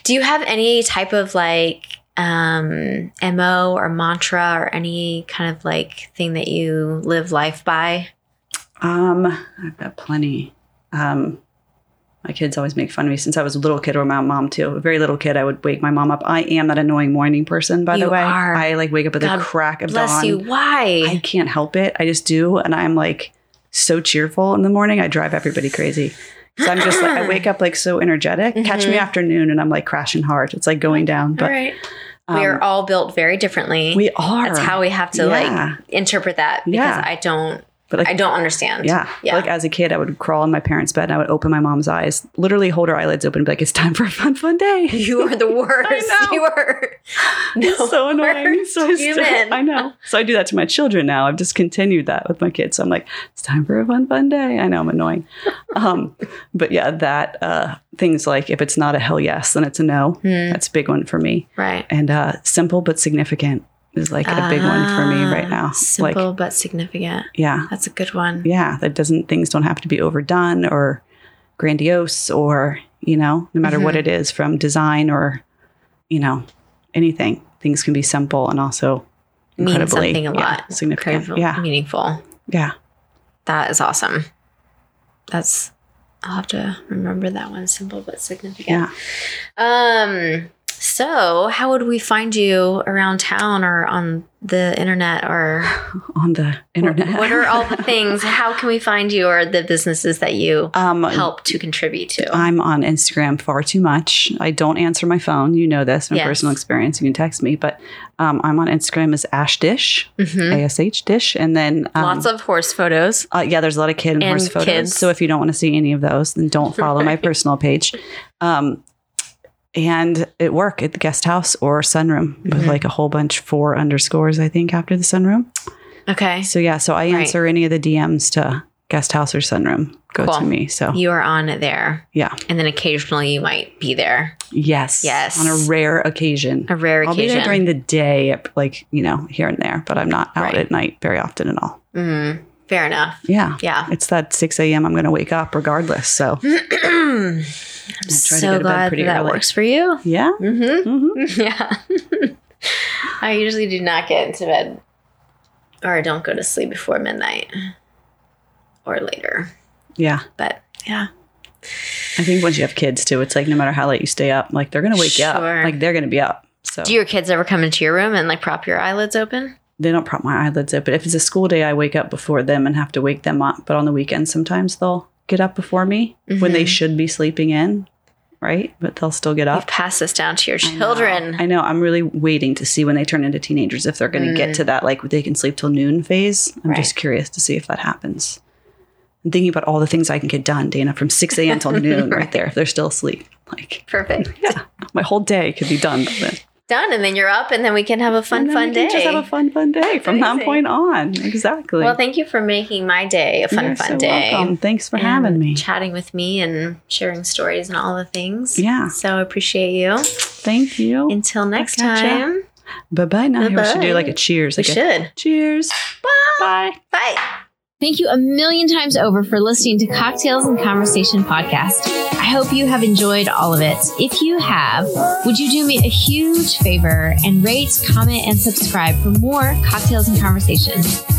Speaker 2: Do you have any type of like um MO or mantra or any kind of like thing that you live life by?
Speaker 3: Um, I've got plenty. Um, my kids always make fun of me since I was a little kid, or my mom too. A very little kid, I would wake my mom up. I am that annoying morning person, by
Speaker 2: You
Speaker 3: the way.
Speaker 2: are.
Speaker 3: I like wake up at
Speaker 2: God
Speaker 3: the crack of
Speaker 2: Bless
Speaker 3: dawn.
Speaker 2: you. Why?
Speaker 3: I can't help it. I just do, and I'm like so cheerful in the morning. I drive everybody crazy. So I'm just like I wake up like so energetic. Catch me
Speaker 2: Mhm.
Speaker 3: afternoon, and I'm like crashing hard. It's like going down, but
Speaker 2: all right.
Speaker 3: um,
Speaker 2: we are all built very differently.
Speaker 3: we are.
Speaker 2: That's how we have to
Speaker 3: Yeah.
Speaker 2: like interpret that because
Speaker 3: Yeah.
Speaker 2: I don't
Speaker 3: but like
Speaker 2: I don't understand.
Speaker 3: Yeah.
Speaker 2: Yeah.
Speaker 3: Like as a kid, I would crawl in my parents' bed and I would open my mom's eyes, literally hold her eyelids open and be like, it's time for a fun, fun day.
Speaker 2: [LAUGHS] You are
Speaker 3: [LAUGHS]
Speaker 2: the worst.
Speaker 3: know.
Speaker 2: You are no,
Speaker 3: [LAUGHS] It's
Speaker 2: [LAUGHS]
Speaker 3: so annoying.
Speaker 2: worst
Speaker 3: So I, still,
Speaker 2: human.
Speaker 3: I know. So I do that to my children now. I've just continued that with my kids. So I'm like, it's time for a fun, fun day. I know
Speaker 2: [LAUGHS]
Speaker 3: I'm annoying. Um, but yeah, that uh, things like if it's not a hell yes, then it's a no.
Speaker 2: Hmm,
Speaker 3: That's a big one for me.
Speaker 2: right.
Speaker 3: And uh, simple but significant is like a big one for me right now.
Speaker 2: Ah, Simple
Speaker 3: Like,
Speaker 2: but significant.
Speaker 3: yeah.
Speaker 2: That's a good one.
Speaker 3: yeah that doesn't things don't have to be overdone or grandiose or you know no matter
Speaker 2: Mm-hmm.
Speaker 3: what it is from design or you know anything things can be simple and also
Speaker 2: Means
Speaker 3: incredibly
Speaker 2: something a
Speaker 3: yeah,
Speaker 2: lot.
Speaker 3: significant
Speaker 2: Incredible-
Speaker 3: yeah
Speaker 2: Meaningful.
Speaker 3: yeah
Speaker 2: That is awesome. That's I'll have to remember that one. Simple but significant.
Speaker 3: yeah
Speaker 2: Um So, how would we find you around town or on the internet or
Speaker 3: on the internet.
Speaker 2: what are
Speaker 3: [LAUGHS]
Speaker 2: all the things? How can we find you or the businesses that you
Speaker 3: um,
Speaker 2: help to contribute to?
Speaker 3: I'm on Instagram far too much. I don't answer my phone. You know this from
Speaker 2: Yes.
Speaker 3: personal experience. You can text me, but um, I'm on Instagram as Ash Dish,
Speaker 2: Mhm.
Speaker 3: ASH Dish, and then um,
Speaker 2: Lots of horse photos.
Speaker 3: Uh, yeah, there's a lot of kid and,
Speaker 2: And
Speaker 3: horse photos.
Speaker 2: kids.
Speaker 3: So if you don't want to see any of those, then don't follow
Speaker 2: [LAUGHS]
Speaker 3: my personal page. Um, and at work at the guest house or sunroom with
Speaker 2: Mhm.
Speaker 3: like a whole bunch four underscores, I think, after the sunroom.
Speaker 2: Okay.
Speaker 3: So yeah, so I
Speaker 2: Right.
Speaker 3: answer any of the DMs to guest house or sunroom. Go
Speaker 2: Cool.
Speaker 3: to me. So
Speaker 2: You are on there.
Speaker 3: yeah,
Speaker 2: And then occasionally you might be there.
Speaker 3: yes,
Speaker 2: Yes.
Speaker 3: on a rare occasion.
Speaker 2: A rare
Speaker 3: I'll be
Speaker 2: occasion.
Speaker 3: there during the day, like you know, here and there, but I'm not out
Speaker 2: Right.
Speaker 3: at night very often at all.
Speaker 2: Mhm. Fair enough.
Speaker 3: Yeah,
Speaker 2: Yeah.
Speaker 3: it's that 6 a.m. I'm going to wake up regardless. So
Speaker 2: I'm
Speaker 3: try to go
Speaker 2: so
Speaker 3: to bed
Speaker 2: glad that,
Speaker 3: pretty
Speaker 2: that
Speaker 3: early.
Speaker 2: works for you.
Speaker 3: yeah.
Speaker 2: hmm [LAUGHS]
Speaker 3: Mm-hmm.
Speaker 2: Yeah. I usually do not get into bed or I don't go to sleep before midnight or later.
Speaker 3: Yeah.
Speaker 2: But yeah.
Speaker 3: I think once you have kids too, it's like no matter how late you stay up, like they're gonna wake you
Speaker 2: Sure.
Speaker 3: up. Like they're gonna be up. So
Speaker 2: Do your kids ever come into your room and like prop your eyelids open?
Speaker 3: they don't prop my eyelids up. But if it's a school day, I wake up before them and have to wake them up. But on the weekends, sometimes they'll get up before me when they
Speaker 2: Mhm.
Speaker 3: should be sleeping in, right? But they'll still get
Speaker 2: You've
Speaker 3: up.
Speaker 2: passed this down to your
Speaker 3: I know.
Speaker 2: children.
Speaker 3: I know. I'm really waiting to see when they turn into teenagers if they're going to
Speaker 2: Mm.
Speaker 3: get to that like they can sleep till noon phase. I'm
Speaker 2: Right.
Speaker 3: just curious to see if that happens. I'm thinking about all the things I can get done, Dana, from 6
Speaker 2: [LAUGHS]
Speaker 3: a.m. till noon, right.
Speaker 2: Right.
Speaker 3: there. If they're still asleep, like
Speaker 2: Perfect.
Speaker 3: [LAUGHS] my whole day could be done. by then.
Speaker 2: Done. And then you're up and then we can have a fun,
Speaker 3: And then
Speaker 2: fun
Speaker 3: we can
Speaker 2: day.
Speaker 3: Just have a fun, fun day from that
Speaker 2: Amazing.
Speaker 3: point on. Exactly.
Speaker 2: well, thank you for making my day a fun,
Speaker 3: You're
Speaker 2: fun
Speaker 3: so
Speaker 2: day.
Speaker 3: welcome. Thanks for
Speaker 2: and
Speaker 3: having me.
Speaker 2: Chatting with me and sharing stories and all the things.
Speaker 3: Yeah.
Speaker 2: So I appreciate you.
Speaker 3: Thank you.
Speaker 2: Until next
Speaker 3: gotcha.
Speaker 2: time,
Speaker 3: Bye bye. Now we should
Speaker 2: Bye-bye.
Speaker 3: do like a cheers.
Speaker 2: we
Speaker 3: Like a
Speaker 2: should.
Speaker 3: cheers. Bye.
Speaker 2: Bye.
Speaker 1: Thank you a million times over for listening to Cocktails and Conversation podcast. I hope you have enjoyed all of it. If you have, would you do me a huge favor and rate, comment, and subscribe for more Cocktails and Conversation?